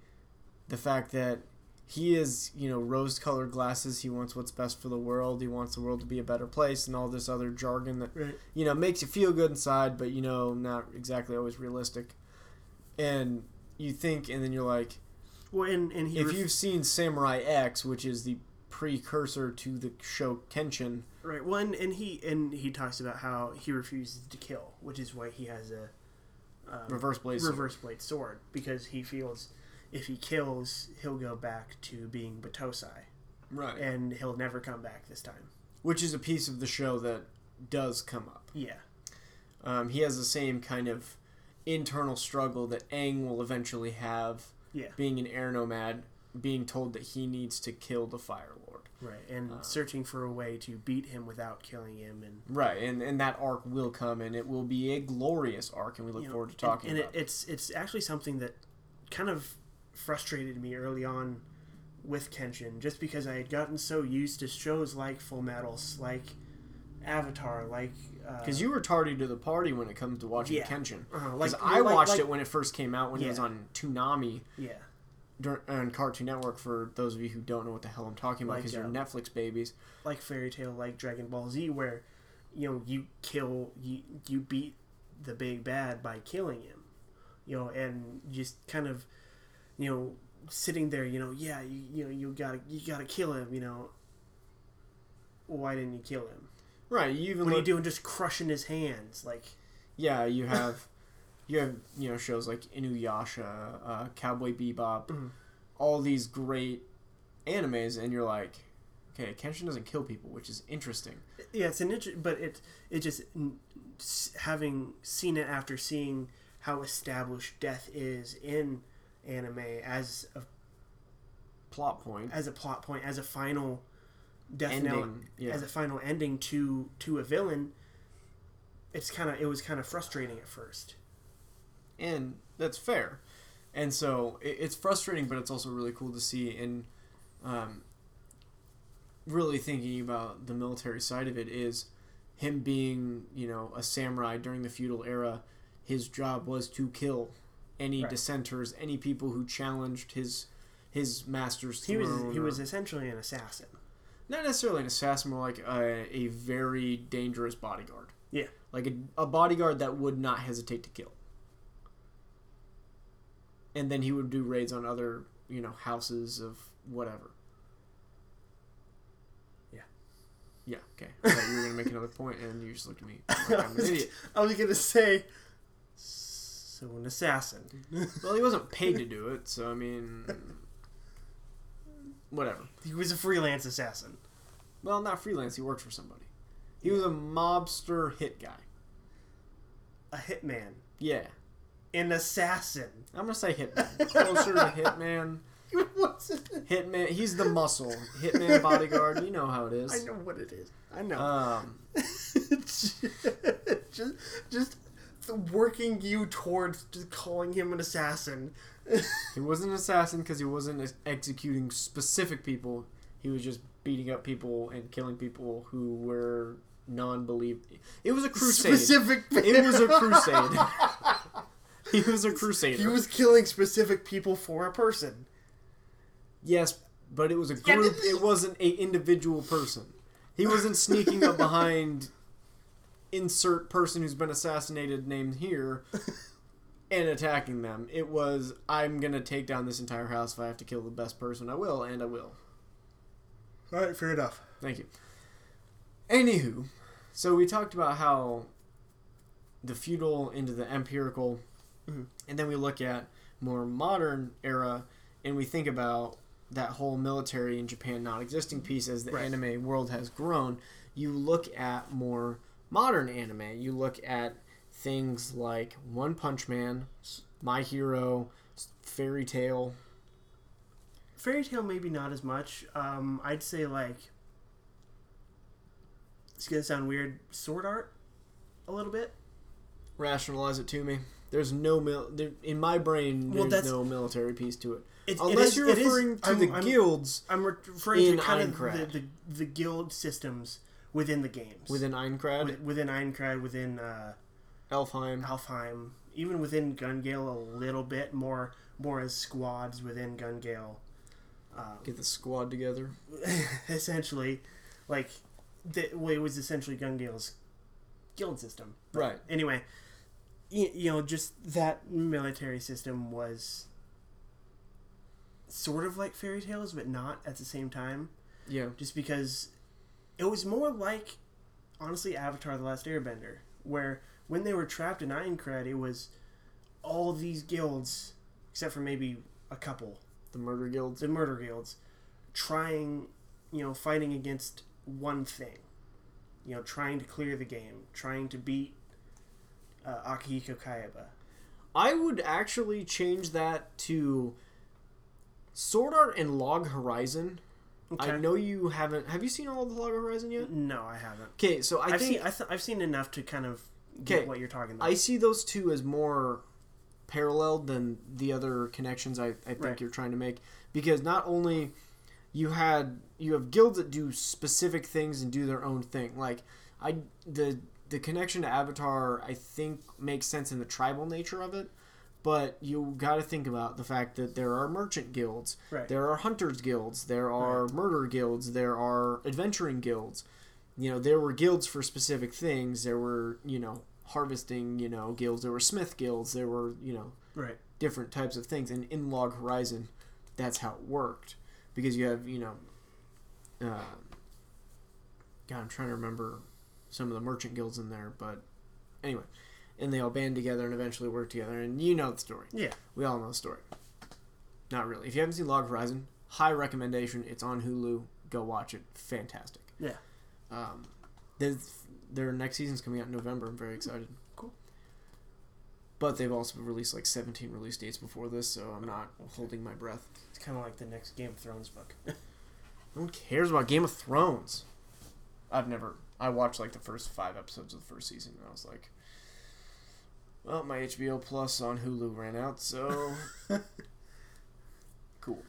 [SPEAKER 1] the fact that he is, you know, rose-colored glasses. He wants what's best for the world. He wants the world to be a better place, and all this other jargon that
[SPEAKER 2] right.
[SPEAKER 1] you know, makes you feel good inside, but you know, not exactly always realistic. And you think, and then you're like,
[SPEAKER 2] Well, and and he
[SPEAKER 1] if
[SPEAKER 2] ref-
[SPEAKER 1] you've seen Samurai X, which is the precursor to the show Kenshin,
[SPEAKER 2] right well and, and he and he talks about how he refuses to kill, which is why he has a um,
[SPEAKER 1] Reverse Blade Sword.
[SPEAKER 2] reverse blade sword because he feels if he kills he'll go back to being Batosai
[SPEAKER 1] right?
[SPEAKER 2] and he'll never come back this time.
[SPEAKER 1] Which is a piece of the show that does come up.
[SPEAKER 2] Yeah.
[SPEAKER 1] Um, he has the same kind of internal struggle that Aang will eventually have,
[SPEAKER 2] Yeah.
[SPEAKER 1] being an air nomad, being told that he needs to kill the Fire Lord.
[SPEAKER 2] Right, and
[SPEAKER 1] Uh.
[SPEAKER 2] searching for a way to beat him without killing him, and
[SPEAKER 1] Right, and, and that arc will come, and it will be a glorious arc, and we look
[SPEAKER 2] you know,
[SPEAKER 1] forward to talking
[SPEAKER 2] And, and
[SPEAKER 1] about
[SPEAKER 2] it, it's it's actually something that kind of frustrated me early on with Kenshin, just because I had gotten so used to shows like Full Metals, like Avatar, like uh,
[SPEAKER 1] Because you were tardy to the party when it comes to watching
[SPEAKER 2] Yeah.
[SPEAKER 1] Kenshin.
[SPEAKER 2] uh,
[SPEAKER 1] Because
[SPEAKER 2] like
[SPEAKER 1] I
[SPEAKER 2] like-
[SPEAKER 1] watched
[SPEAKER 2] like-
[SPEAKER 1] it when it first came out when it was
[SPEAKER 2] Yeah.
[SPEAKER 1] on Toonami
[SPEAKER 2] Yeah,
[SPEAKER 1] dur- on Cartoon Network. For those of you who don't know what the hell I'm talking about,
[SPEAKER 2] Like,
[SPEAKER 1] because
[SPEAKER 2] uh,
[SPEAKER 1] you're Netflix babies.
[SPEAKER 2] like Fairy Tail, like Dragon Ball Z, where you know you kill you you beat the big bad by killing him, you know, and just kind of, you know, sitting there, you know, yeah, you, you know, you gotta you gotta kill him, you know. Why didn't you kill him?
[SPEAKER 1] Right. You even
[SPEAKER 2] What are you
[SPEAKER 1] look-
[SPEAKER 2] doing? Just crushing his hands, like
[SPEAKER 1] yeah, you have you have you know shows like Inuyasha, uh, Cowboy Bebop,
[SPEAKER 2] Mhm.
[SPEAKER 1] all these great animes, and you're like, okay, Kenshin doesn't kill people, which is interesting.
[SPEAKER 2] yeah, it's an interesting, but it it just n- s- having seen it after seeing how established death is in anime as a
[SPEAKER 1] Plot point
[SPEAKER 2] as a plot point, as a final death
[SPEAKER 1] ending.
[SPEAKER 2] knell,
[SPEAKER 1] yeah.
[SPEAKER 2] as a final ending to to a villain. It's kind of it was kind of frustrating at first.
[SPEAKER 1] and that's fair. And so it, it's frustrating, but it's also really cool to see. And um, really thinking about the military side of it is him being, you know, a samurai during the feudal era. His job was to kill any
[SPEAKER 2] Right.
[SPEAKER 1] dissenters, any people who challenged his his master's
[SPEAKER 2] He
[SPEAKER 1] throne.
[SPEAKER 2] was he
[SPEAKER 1] or-
[SPEAKER 2] was essentially an assassin.
[SPEAKER 1] not necessarily an assassin, more like a, a very dangerous bodyguard.
[SPEAKER 2] Yeah.
[SPEAKER 1] Like a, a bodyguard that would not hesitate to kill. And then he would do raids on other, you know, houses of whatever.
[SPEAKER 2] Yeah.
[SPEAKER 1] Yeah, okay. I thought you were going to make another point, and you just looked at me like I'm an idiot.
[SPEAKER 2] I was gonna say, so an assassin.
[SPEAKER 1] Well, he wasn't paid to do it, so I mean, whatever.
[SPEAKER 2] he was a freelance assassin.
[SPEAKER 1] Well, not freelance, he worked for somebody. He was a mobster hit guy.
[SPEAKER 2] a hitman,
[SPEAKER 1] Yeah.
[SPEAKER 2] an assassin.
[SPEAKER 1] I'm gonna say Hitman. Closer to Hitman.
[SPEAKER 2] What's it?
[SPEAKER 1] Hitman. He's the muscle. Hitman bodyguard. You know how it
[SPEAKER 2] I
[SPEAKER 1] is.
[SPEAKER 2] know what it is. I know.
[SPEAKER 1] Um,
[SPEAKER 2] just, just the working you towards just calling him an assassin.
[SPEAKER 1] he wasn't an assassin because he wasn't ex- executing specific people. He was just beating up people and killing people who were non-believe. It was a crusade.
[SPEAKER 2] Specific.
[SPEAKER 1] It was a crusade. he was a crusader.
[SPEAKER 2] he was killing specific people for a person.
[SPEAKER 1] Yes, but it was a
[SPEAKER 2] Yeah,
[SPEAKER 1] group.
[SPEAKER 2] this is-
[SPEAKER 1] It wasn't a individual person. He wasn't sneaking up behind insert person who's been assassinated named here and attacking them. It was I'm gonna take down this entire house if I have to kill the best person. I will, and I will.
[SPEAKER 2] All right, fair enough.
[SPEAKER 1] Thank you. Anywho, so we talked about how the feudal into the empirical,
[SPEAKER 2] Mhm.
[SPEAKER 1] and then we look at more modern era, and we think about that whole military in Japan not existing piece as the
[SPEAKER 2] Right.
[SPEAKER 1] anime world has grown. You look at more modern anime. You look at things like One Punch Man, My Hero, Fairy Tale.
[SPEAKER 2] Fairy tale maybe not as much. Um, I'd say like it's gonna sound weird. Sword art, a little bit.
[SPEAKER 1] Rationalize it to me. There's no mil. There, in my brain,
[SPEAKER 2] Well,
[SPEAKER 1] there's
[SPEAKER 2] that's-
[SPEAKER 1] no military piece to it.
[SPEAKER 2] It's, it
[SPEAKER 1] Unless
[SPEAKER 2] is-
[SPEAKER 1] you're
[SPEAKER 2] it is-
[SPEAKER 1] referring to
[SPEAKER 2] I'm-
[SPEAKER 1] the
[SPEAKER 2] I'm-
[SPEAKER 1] guilds
[SPEAKER 2] I'm referring
[SPEAKER 1] In
[SPEAKER 2] to kind of
[SPEAKER 1] Aincrad.
[SPEAKER 2] the, the, the guild systems within the games.
[SPEAKER 1] within Einkrad,
[SPEAKER 2] With- within Einkrad, within uh,
[SPEAKER 1] Elfheim.
[SPEAKER 2] Alfheim, even within Gungale a little bit more, more as squads within Gungale. Um,
[SPEAKER 1] Get the squad together.
[SPEAKER 2] essentially, like the, well, it was essentially Gungale's guild system. But
[SPEAKER 1] Right.
[SPEAKER 2] Anyway, you, you know, just that military system was sort of like fairy tales, but not at the same time.
[SPEAKER 1] Yeah.
[SPEAKER 2] just because it was more like honestly Avatar the Last Airbender where when they were trapped in Aincrad it was all these guilds except for maybe a couple
[SPEAKER 1] The murder guilds.
[SPEAKER 2] the murder guilds trying you know fighting against one thing you know trying to clear the game trying to beat uh, Akihiko Kaiba
[SPEAKER 1] I would actually change that to Sword Art and Log Horizon. I
[SPEAKER 2] Okay.
[SPEAKER 1] know you haven't. Have you seen all of the Log Horizon yet?
[SPEAKER 2] no I haven't
[SPEAKER 1] Okay, so I
[SPEAKER 2] I've
[SPEAKER 1] think
[SPEAKER 2] seen I th- I've seen enough to kind of
[SPEAKER 1] Okay.
[SPEAKER 2] get what you're talking about
[SPEAKER 1] I see those two as more paralleled than the other connections I, I think
[SPEAKER 2] Right.
[SPEAKER 1] you're trying to make because not only you had you have guilds that do specific things and do their own thing like I the the connection to Avatar I think makes sense in the tribal nature of it but you got to think about the fact that there are merchant guilds
[SPEAKER 2] right
[SPEAKER 1] there are hunters guilds there are murder guilds there are adventuring guilds you know there were guilds for specific things there were you know harvesting, you know, guilds. There were smith guilds. There were, you know,
[SPEAKER 2] Right.
[SPEAKER 1] different types of things. And in Log Horizon, that's how it worked because you have you know, uh, God, I'm trying to remember some of the merchant guilds in there, but anyway, and they all band together and eventually work together. And you know the story.
[SPEAKER 2] Yeah.
[SPEAKER 1] We all know the story. Not really. If you haven't seen Log Horizon, high recommendation. It's on Hulu. Go watch it. Fantastic.
[SPEAKER 2] Yeah.
[SPEAKER 1] Um, there's- their next season's coming out in November. I'm very excited.
[SPEAKER 2] Cool.
[SPEAKER 1] But they've also released like 17 release dates before this, so I'm not holding my breath.
[SPEAKER 2] It's kind of like the next Game of Thrones book.
[SPEAKER 1] No one cares about Game of Thrones. I've never. I watched like the first five episodes of the first season, and I was like, "Well, my HBO Plus on Hulu ran out, so cool."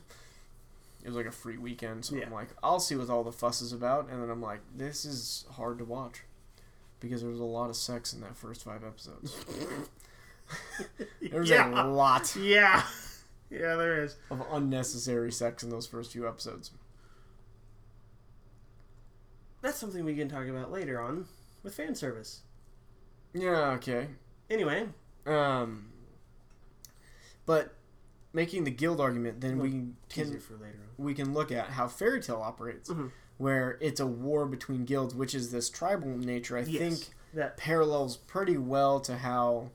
[SPEAKER 1] It was like a free weekend, so
[SPEAKER 2] Yeah.
[SPEAKER 1] I'm like, "I'll see what all the fuss is about," and then I'm like, "This is hard to watch," because there was a lot of sex in that first five episodes. There was a
[SPEAKER 2] yeah.
[SPEAKER 1] lot
[SPEAKER 2] yeah. Yeah, there is.
[SPEAKER 1] of unnecessary sex in those first few episodes.
[SPEAKER 2] That's something we can talk about later on with fan service.
[SPEAKER 1] Yeah. Okay.
[SPEAKER 2] Anyway,
[SPEAKER 1] Um, but making the guild argument, then we
[SPEAKER 2] tease
[SPEAKER 1] can
[SPEAKER 2] it for later on.
[SPEAKER 1] we can look at how fairy tale operates,
[SPEAKER 2] Mhm.
[SPEAKER 1] where it's a war between guilds, which is this tribal nature. I think
[SPEAKER 2] that
[SPEAKER 1] parallels pretty well to how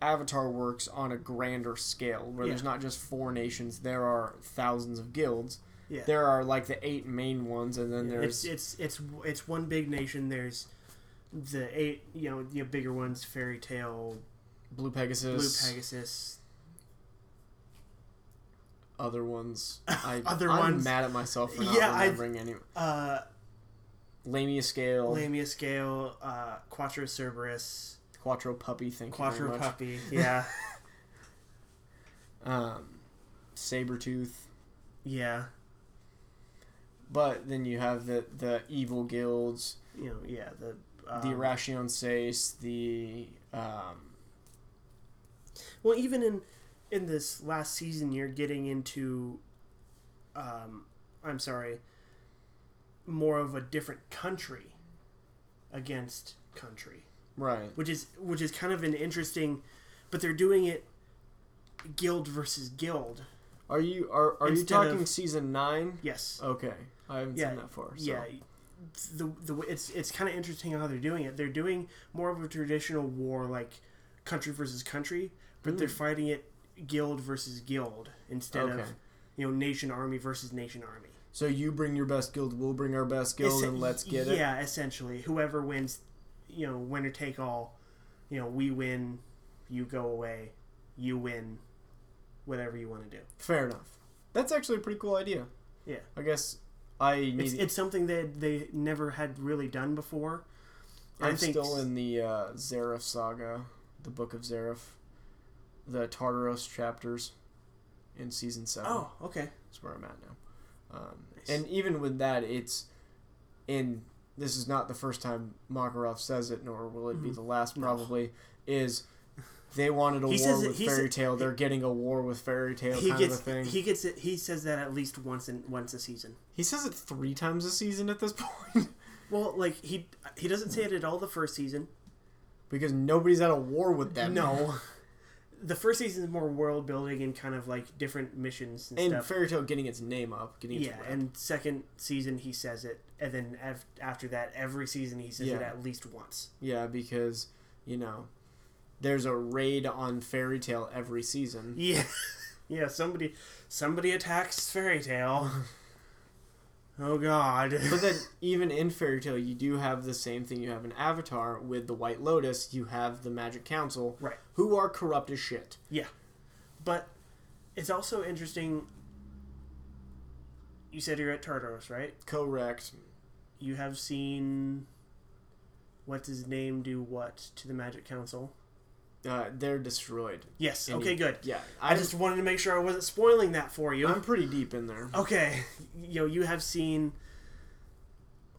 [SPEAKER 1] Avatar works on a grander scale, where
[SPEAKER 2] Yeah.
[SPEAKER 1] there's not just four nations; there are thousands of guilds.
[SPEAKER 2] Yeah.
[SPEAKER 1] There are like the eight main ones, and then
[SPEAKER 2] it's
[SPEAKER 1] there's
[SPEAKER 2] it's it's it's one big nation. There's the eight, you know, the bigger ones: Fairy Tale,
[SPEAKER 1] Blue
[SPEAKER 2] Blue
[SPEAKER 1] Pegasus,
[SPEAKER 2] Pegasus.
[SPEAKER 1] other ones. I,
[SPEAKER 2] Other
[SPEAKER 1] I'm
[SPEAKER 2] ones.
[SPEAKER 1] mad at myself for not
[SPEAKER 2] Yeah, I-
[SPEAKER 1] remembering any.
[SPEAKER 2] Uh,
[SPEAKER 1] Lamia scale.
[SPEAKER 2] Lamia Scale, uh, Quattro Cerberus,
[SPEAKER 1] Quattro Puppy, thank you
[SPEAKER 2] Quattro
[SPEAKER 1] very much.
[SPEAKER 2] Puppy. Yeah,
[SPEAKER 1] Um, Sabretooth.
[SPEAKER 2] yeah,
[SPEAKER 1] But then you have the, the evil guilds,
[SPEAKER 2] you know, yeah. The um,
[SPEAKER 1] the Irration Seis, the... Um,
[SPEAKER 2] Well, even in in this last season, you're getting into, um, I'm sorry, more of a different country against country.
[SPEAKER 1] right.
[SPEAKER 2] which is which is kind of an interesting but they're doing it guild versus guild
[SPEAKER 1] Are you are, are you
[SPEAKER 2] Instead
[SPEAKER 1] talking
[SPEAKER 2] of-
[SPEAKER 1] season 9?
[SPEAKER 2] yes
[SPEAKER 1] Okay. I haven't
[SPEAKER 2] Yeah,
[SPEAKER 1] seen that far. So.
[SPEAKER 2] yeah the, the w- it's it's kind of interesting how they're doing it they're doing more of a traditional war like country versus country but they're
[SPEAKER 1] Mm.
[SPEAKER 2] fighting it guild versus guild instead of
[SPEAKER 1] Okay.
[SPEAKER 2] you know nation army versus nation army
[SPEAKER 1] So you bring your best guild, we'll bring our best guild,
[SPEAKER 2] Esse-
[SPEAKER 1] and let's get it.
[SPEAKER 2] yeah essentially whoever wins you know winner take all you know we win you go away you win whatever you want to do
[SPEAKER 1] Fair enough. That's actually a pretty cool idea.
[SPEAKER 2] Yeah.
[SPEAKER 1] I guess I need...
[SPEAKER 2] It's, it's something that they never had really done before. I
[SPEAKER 1] I'm
[SPEAKER 2] think-
[SPEAKER 1] still in the uh, Zaref saga, the Book of Zaref, the Tartaros chapters in season seven.
[SPEAKER 2] Oh, okay.
[SPEAKER 1] That's where I'm at now. Um,
[SPEAKER 2] Nice.
[SPEAKER 1] And even with that, it's in. This is not the first time Makarov says it, nor will it be
[SPEAKER 2] Mhm.
[SPEAKER 1] the last.
[SPEAKER 2] No.
[SPEAKER 1] Probably is they wanted a war
[SPEAKER 2] He says it-
[SPEAKER 1] with
[SPEAKER 2] he sa-
[SPEAKER 1] fairy tale. They're getting a war with fairy tale
[SPEAKER 2] He
[SPEAKER 1] kind
[SPEAKER 2] gets
[SPEAKER 1] of a thing. He,
[SPEAKER 2] he gets it. He says that at least once in once a season.
[SPEAKER 1] says it three times a season at this point
[SPEAKER 2] Well, like he he doesn't say it at all the first season.
[SPEAKER 1] because nobody's at a war with them.
[SPEAKER 2] No. The first season is more world building and kind of like different missions and,
[SPEAKER 1] and
[SPEAKER 2] stuff.
[SPEAKER 1] fairy tale getting its name up, getting its
[SPEAKER 2] Yeah,
[SPEAKER 1] rep.
[SPEAKER 2] and second season he says it, and then af- after that, every season he says it
[SPEAKER 1] Yeah.
[SPEAKER 2] at least once.
[SPEAKER 1] Yeah, because you know, there's a raid on Fairy Tale every season.
[SPEAKER 2] Yeah, yeah. Somebody somebody attacks Fairy Tale. Oh God.
[SPEAKER 1] But then, even in Fairy Tale, you do have the same thing you have in Avatar with the White Lotus. You have the Magic Council,
[SPEAKER 2] Right.
[SPEAKER 1] Who are corrupt as shit.
[SPEAKER 2] But it's also interesting. You said you're at Tartarus, right?
[SPEAKER 1] Correct.
[SPEAKER 2] You have seen what's his name do what to the Magic Council?
[SPEAKER 1] Uh, they're destroyed.
[SPEAKER 2] Yes.
[SPEAKER 1] And
[SPEAKER 2] okay.
[SPEAKER 1] you-
[SPEAKER 2] Good.
[SPEAKER 1] Yeah,
[SPEAKER 2] I
[SPEAKER 1] I
[SPEAKER 2] just wanted to make sure I wasn't spoiling that for you.
[SPEAKER 1] I'm pretty deep in there.
[SPEAKER 2] okay. You know, you have seen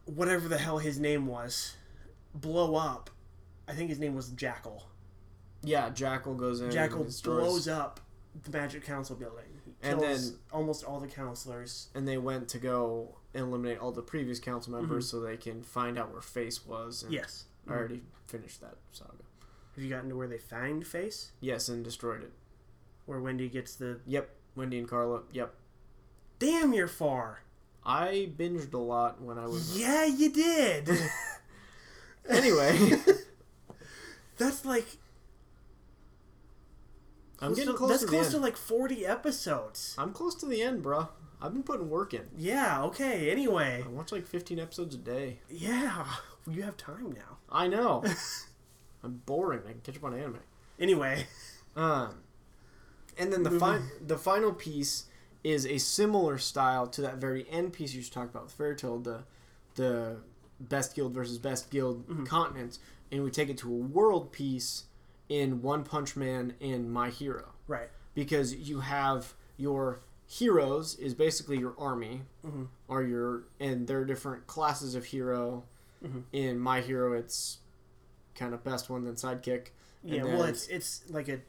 [SPEAKER 2] whatever the hell his name was blow up. I think his name was Jackal.
[SPEAKER 1] Yeah, Jackal goes in.
[SPEAKER 2] Jackal
[SPEAKER 1] and destroys-
[SPEAKER 2] blows up the Magic Council building. He
[SPEAKER 1] And
[SPEAKER 2] kills
[SPEAKER 1] then-
[SPEAKER 2] almost all the counselors.
[SPEAKER 1] and they went to go eliminate all the previous
[SPEAKER 2] Mm-hmm.
[SPEAKER 1] council members so they can find out where Face was. And
[SPEAKER 2] Yes.
[SPEAKER 1] I already finished that saga.
[SPEAKER 2] Have you gotten to where they find Face?
[SPEAKER 1] Yes, and destroyed it.
[SPEAKER 2] Where Wendy gets the
[SPEAKER 1] Yep, Wendy and Carla. Yep.
[SPEAKER 2] damn you're far.
[SPEAKER 1] I binged a lot when I was.
[SPEAKER 2] Yeah, you did.
[SPEAKER 1] Anyway,
[SPEAKER 2] that's like
[SPEAKER 1] I'm getting
[SPEAKER 2] to-
[SPEAKER 1] close
[SPEAKER 2] That's
[SPEAKER 1] to the
[SPEAKER 2] close
[SPEAKER 1] end.
[SPEAKER 2] to like forty episodes.
[SPEAKER 1] I'm close to the end, bruh. I've been putting work in.
[SPEAKER 2] Yeah. Okay. Anyway.
[SPEAKER 1] I watch like 15 episodes a day.
[SPEAKER 2] Yeah. You have time now.
[SPEAKER 1] I know. I'm boring. I can catch up on anime.
[SPEAKER 2] Anyway.
[SPEAKER 1] Um, and then the fi- the final piece is a similar style to that very end piece you just talked about with Fairy Tale, the the best guild versus best guild
[SPEAKER 2] Mm-hmm.
[SPEAKER 1] continents, and we take it to a world piece in One Punch Man and My Hero
[SPEAKER 2] Right.
[SPEAKER 1] because you have your heroes is basically your army
[SPEAKER 2] Mhm.
[SPEAKER 1] or your and there are different classes of hero
[SPEAKER 2] Mhm.
[SPEAKER 1] in my hero it's kind of best one then sidekick and
[SPEAKER 2] Yeah. Well,
[SPEAKER 1] then-
[SPEAKER 2] it's it's like a.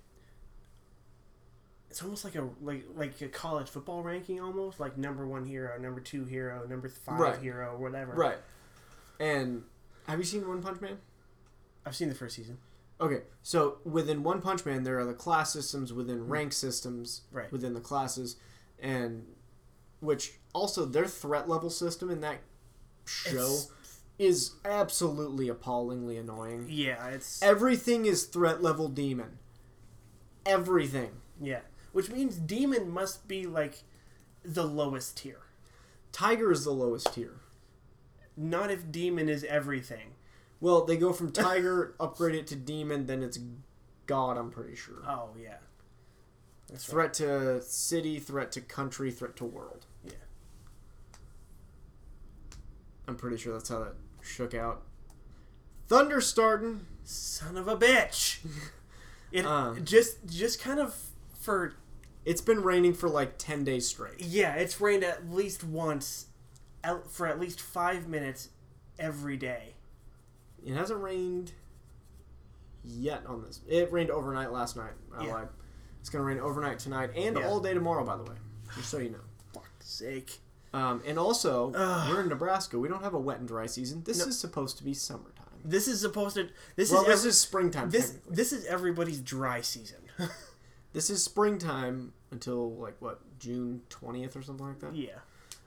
[SPEAKER 2] It's almost like a like like a college football ranking almost like number one hero, number two hero, number five
[SPEAKER 1] Right.
[SPEAKER 2] hero, whatever.
[SPEAKER 1] right and have you seen one punch man
[SPEAKER 2] I've seen the first season.
[SPEAKER 1] okay so within one punch man there are the class systems within rank systems
[SPEAKER 2] Mm-hmm. Right.
[SPEAKER 1] within the classes and which also their threat level system in that show
[SPEAKER 2] It's-
[SPEAKER 1] is absolutely appallingly annoying
[SPEAKER 2] Yeah. It's
[SPEAKER 1] Everything is threat level demon. Everything.
[SPEAKER 2] yeah. Which means demon must be like the lowest tier.
[SPEAKER 1] Tiger is the lowest tier.
[SPEAKER 2] Not if demon is everything.
[SPEAKER 1] Well, they go from tiger, upgrade it to demon, then it's god, I'm pretty sure.
[SPEAKER 2] Oh yeah. That's right.
[SPEAKER 1] Threat to city, threat to country, threat to world.
[SPEAKER 2] Yeah.
[SPEAKER 1] I'm pretty sure that's how that shook out. Thunderstarden.
[SPEAKER 2] Son of a bitch. It
[SPEAKER 1] Um.
[SPEAKER 2] just just kind of for
[SPEAKER 1] It's been raining for like 10 days straight.
[SPEAKER 2] yeah, it's rained at least once out for at least 5 minutes every day.
[SPEAKER 1] It hasn't rained yet on this. It rained overnight last night. I
[SPEAKER 2] Yeah.
[SPEAKER 1] lied. It's going to rain overnight tonight and
[SPEAKER 2] Yeah.
[SPEAKER 1] all day tomorrow, by the way. Just so you know.
[SPEAKER 2] Fuck's sake.
[SPEAKER 1] Um, and also,
[SPEAKER 2] Ugh.
[SPEAKER 1] we're in Nebraska. We don't have a wet and dry season. This
[SPEAKER 2] No.
[SPEAKER 1] is supposed to be summertime.
[SPEAKER 2] This is supposed to this
[SPEAKER 1] well,
[SPEAKER 2] is
[SPEAKER 1] this
[SPEAKER 2] every-
[SPEAKER 1] is springtime.
[SPEAKER 2] this
[SPEAKER 1] technically.
[SPEAKER 2] this is everybody's dry season.
[SPEAKER 1] this is springtime until like what June twentieth or something like that.
[SPEAKER 2] yeah.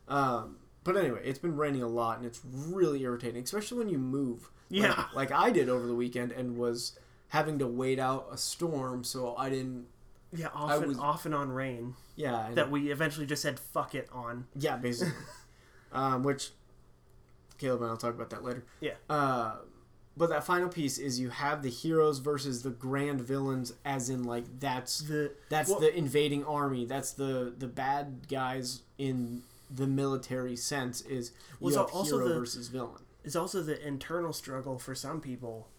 [SPEAKER 1] Um, but anyway, it's been raining a lot and it's really irritating, especially when you move. Like-
[SPEAKER 2] Yeah.
[SPEAKER 1] like I did over the weekend and was having to wait out a storm, so I didn't.
[SPEAKER 2] Yeah, off and
[SPEAKER 1] was-
[SPEAKER 2] off and on rain
[SPEAKER 1] Yeah, and-
[SPEAKER 2] that we eventually just said fuck it on.
[SPEAKER 1] Yeah, basically. um, which Caleb and I'll talk about that later.
[SPEAKER 2] Yeah.
[SPEAKER 1] Uh, but that final piece is you have the heroes versus the grand villains, as in like that's
[SPEAKER 2] The
[SPEAKER 1] that's
[SPEAKER 2] Well-
[SPEAKER 1] the invading army, that's the the bad guys in the military sense is you
[SPEAKER 2] Well, so
[SPEAKER 1] have
[SPEAKER 2] also
[SPEAKER 1] hero
[SPEAKER 2] the-
[SPEAKER 1] versus villain.
[SPEAKER 2] It's also the internal struggle for some people.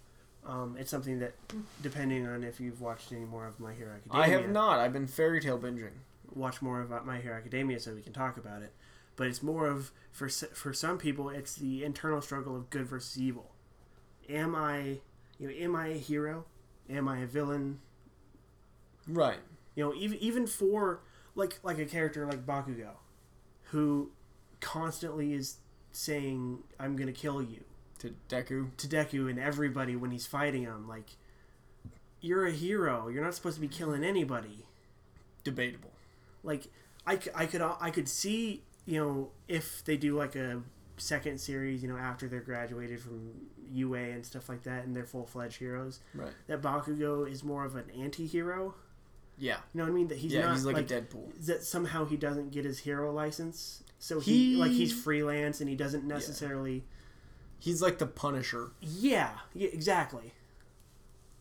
[SPEAKER 2] Um, it's something that, depending on if you've watched any more of My Hero Academia,
[SPEAKER 1] I have not. I've been fairy tale binging.
[SPEAKER 2] watch more of My Hero Academia so we can talk about it. But it's more of for s- for some people, it's the internal struggle of good versus evil. Am I, you know, am I a hero? Am I a villain?
[SPEAKER 1] Right.
[SPEAKER 2] You know, even even for like like a character like Bakugo, who constantly is saying, "I'm gonna kill you."
[SPEAKER 1] To Deku.
[SPEAKER 2] to Deku and everybody when he's fighting him. Like, you're a hero. You're not supposed to be killing anybody.
[SPEAKER 1] Debatable.
[SPEAKER 2] Like, I, c- I could I could see you know if they do like a second series you know after they're graduated from UA and stuff like that and they're full fledged heroes
[SPEAKER 1] Right.
[SPEAKER 2] that Bakugo is more of an anti hero.
[SPEAKER 1] Yeah.
[SPEAKER 2] You know what I mean? That he's
[SPEAKER 1] yeah,
[SPEAKER 2] not
[SPEAKER 1] he's like,
[SPEAKER 2] like.
[SPEAKER 1] a Deadpool.
[SPEAKER 2] that somehow he doesn't get his hero license, so he,
[SPEAKER 1] He-
[SPEAKER 2] like he's freelance and he doesn't necessarily
[SPEAKER 1] He's like the Punisher.
[SPEAKER 2] Yeah, yeah, exactly.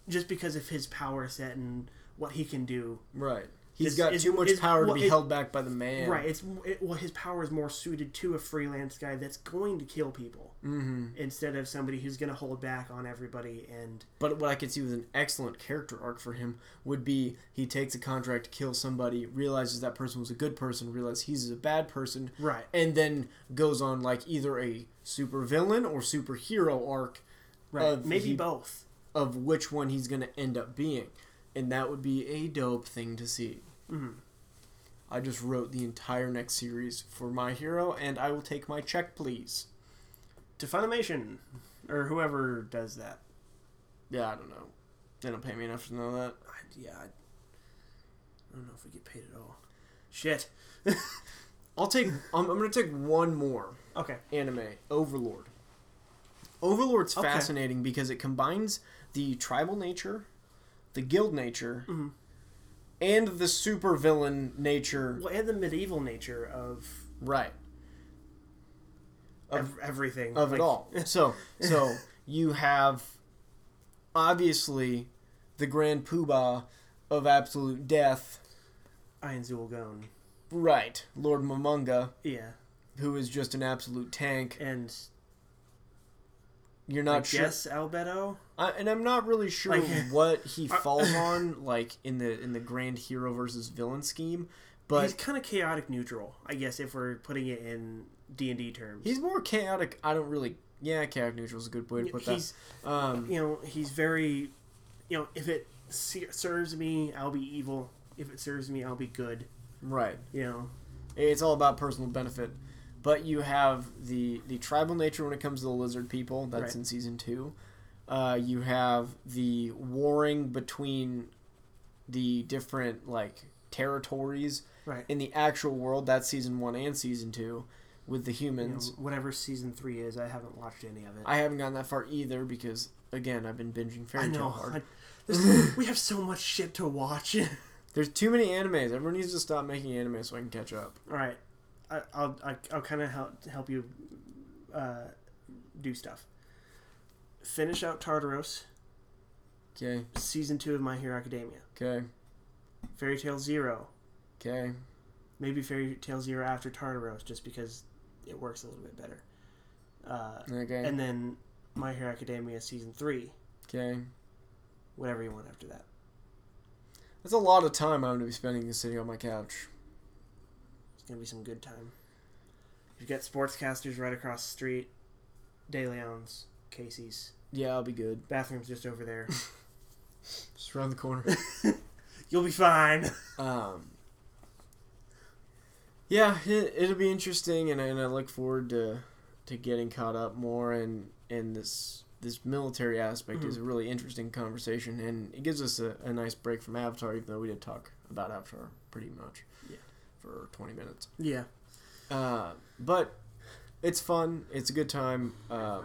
[SPEAKER 2] Just because of his power set and what he can do,
[SPEAKER 1] Right. He's
[SPEAKER 2] Is-
[SPEAKER 1] got
[SPEAKER 2] is-
[SPEAKER 1] too much
[SPEAKER 2] is-
[SPEAKER 1] power to
[SPEAKER 2] well,
[SPEAKER 1] be
[SPEAKER 2] is-
[SPEAKER 1] held back by the man.
[SPEAKER 2] right? It's it, well, his power is more suited to a freelance guy that's going to kill people
[SPEAKER 1] Mm-hmm.
[SPEAKER 2] instead of somebody who's going to hold back on everybody. And
[SPEAKER 1] But what I could see with an excellent character arc for him would be he takes a contract to kill somebody, realizes that person was a good person, realizes he's a bad person,
[SPEAKER 2] right,
[SPEAKER 1] and then goes on like either a supervillain or superhero arc
[SPEAKER 2] right,
[SPEAKER 1] Of
[SPEAKER 2] Uh, maybe
[SPEAKER 1] he-
[SPEAKER 2] both.
[SPEAKER 1] of which one he's going to end up being. And that would be a dope thing to see.
[SPEAKER 2] Mhm.
[SPEAKER 1] I just wrote the entire next series for My Hero, and I will take my check, please.
[SPEAKER 2] To Funimation or whoever does that.
[SPEAKER 1] Yeah, I don't know. They don't pay me enough to know that.
[SPEAKER 2] I, yeah, I, I don't know if we get paid at all. Shit.
[SPEAKER 1] I'll take. I'm, I'm gonna take one more
[SPEAKER 2] Okay.
[SPEAKER 1] anime. Overlord. Overlord's
[SPEAKER 2] Okay.
[SPEAKER 1] fascinating because it combines the tribal nature, the guild nature,
[SPEAKER 2] Mhm.
[SPEAKER 1] and the supervillain nature.
[SPEAKER 2] Well, and the medieval nature of
[SPEAKER 1] Right. Of-
[SPEAKER 2] ev- everything
[SPEAKER 1] of
[SPEAKER 2] like-
[SPEAKER 1] it all. So so you have obviously the grand poobah of absolute death.
[SPEAKER 2] Ian Zulgon.
[SPEAKER 1] Right. Lord Momonga,
[SPEAKER 2] Yeah,
[SPEAKER 1] who is just an absolute tank.
[SPEAKER 2] and
[SPEAKER 1] You're
[SPEAKER 2] I
[SPEAKER 1] not sure
[SPEAKER 2] guess Albedo.
[SPEAKER 1] I, and I'm not really sure
[SPEAKER 2] Like-
[SPEAKER 1] what he falls on, like in the in the grand hero versus villain scheme, but
[SPEAKER 2] he's
[SPEAKER 1] he's,
[SPEAKER 2] kind of chaotic neutral, I guess, if we're putting it in D and D terms.
[SPEAKER 1] more chaotic. I don't really, yeah, chaotic neutral is a good way to put
[SPEAKER 2] he's
[SPEAKER 1] that. Um,
[SPEAKER 2] you know he's very, you know, if it se- serves me, I'll be evil. If it serves me, I'll be good.
[SPEAKER 1] right,
[SPEAKER 2] You know,
[SPEAKER 1] it's all about personal benefit, but you have the the tribal nature when it comes to the lizard people. That's
[SPEAKER 2] Right.
[SPEAKER 1] in season two. Uh, you have the warring between the different like territories
[SPEAKER 2] right?
[SPEAKER 1] in the actual world. That's season one and season two with the
[SPEAKER 2] You know,
[SPEAKER 1] humans.
[SPEAKER 2] whatever season three is, I haven't watched any of it.
[SPEAKER 1] I haven't gotten that far either because again I've been binging
[SPEAKER 2] I
[SPEAKER 1] fairy tale
[SPEAKER 2] know.
[SPEAKER 1] hard.
[SPEAKER 2] I- there's- we have so much shit to watch.
[SPEAKER 1] There's too many animes. Everyone needs to stop making anime so I can catch up.
[SPEAKER 2] All right, I, I'll I, I'll kind of help help you uh, do stuff. Finish out Tartaros,
[SPEAKER 1] Okay,
[SPEAKER 2] season two of My Hero Academia,
[SPEAKER 1] okay,
[SPEAKER 2] Fairy Tale Zero,
[SPEAKER 1] okay.
[SPEAKER 2] maybe Fairy Tale Zero after Tartaros, just because it works a little bit better. Uh,
[SPEAKER 1] Okay.
[SPEAKER 2] and then My Hero Academia season three,
[SPEAKER 1] okay.
[SPEAKER 2] whatever you want after that.
[SPEAKER 1] That's a lot of time I'm going to be spending sitting on my couch.
[SPEAKER 2] It's gonna be some good time. You've got sportscasters right across the street, De Leon's, Casey's,
[SPEAKER 1] Yeah, I'll be good.
[SPEAKER 2] bathrooms just over there.
[SPEAKER 1] Just around the corner.
[SPEAKER 2] You'll be fine.
[SPEAKER 1] um, yeah, it, it'll be interesting, and, I- and I look forward to to getting caught up more. And and this this military aspect is a really interesting conversation, and it gives us a, a nice break from Avatar, even though we did talk about Avatar pretty much
[SPEAKER 2] Yeah.
[SPEAKER 1] for twenty minutes.
[SPEAKER 2] Yeah.
[SPEAKER 1] Uh, but it's fun. It's a good time. Uh,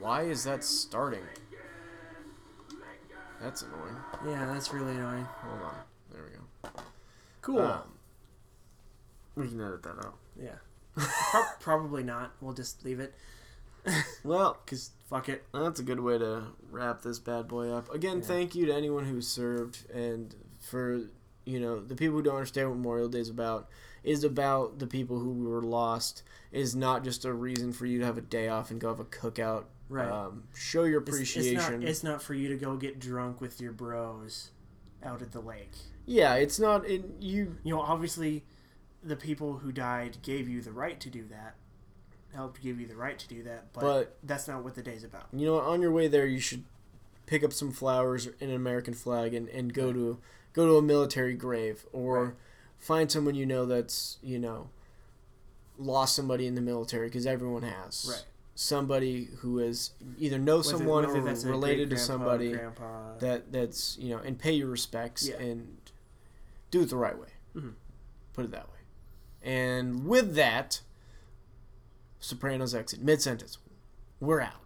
[SPEAKER 1] why is that starting? That's annoying.
[SPEAKER 2] Yeah, that's really annoying.
[SPEAKER 1] Hold on. There we go.
[SPEAKER 2] Cool.
[SPEAKER 1] Um, we can edit that out.
[SPEAKER 2] yeah. Pro- probably not. We'll just leave it.
[SPEAKER 1] Well,
[SPEAKER 2] Because fuck it.
[SPEAKER 1] that's a good way to wrap this bad boy up. Again,
[SPEAKER 2] Yeah.
[SPEAKER 1] thank you to anyone who served and for you know the people who don't understand what Memorial Day is about is about the people who were lost. It Is not just a reason for you to have a day off and go have a cookout.
[SPEAKER 2] Right.
[SPEAKER 1] Um, show your
[SPEAKER 2] It's- it's
[SPEAKER 1] appreciation.
[SPEAKER 2] not, it's not for you to go get drunk with your bros out at the lake.
[SPEAKER 1] yeah, it's not. It, you
[SPEAKER 2] You know, obviously, the people who died gave you the right to do that, helped give you the right to do that, but,
[SPEAKER 1] But-
[SPEAKER 2] that's not what the day's about.
[SPEAKER 1] you know on your way there you should pick up some flowers and an american flag and, and go to go to a military grave or
[SPEAKER 2] Right.
[SPEAKER 1] find someone you know that's you know lost somebody in the military because everyone has
[SPEAKER 2] Right.
[SPEAKER 1] somebody who is either know
[SPEAKER 2] Whether-
[SPEAKER 1] someone
[SPEAKER 2] whether
[SPEAKER 1] or
[SPEAKER 2] that's a
[SPEAKER 1] related to
[SPEAKER 2] great-grandpa,
[SPEAKER 1] somebody
[SPEAKER 2] grandpa,
[SPEAKER 1] that that's you know and pay your respects
[SPEAKER 2] Yeah.
[SPEAKER 1] and do it the right way
[SPEAKER 2] Mhm.
[SPEAKER 1] put it that way and with that sopranos exit mid-sentence we're out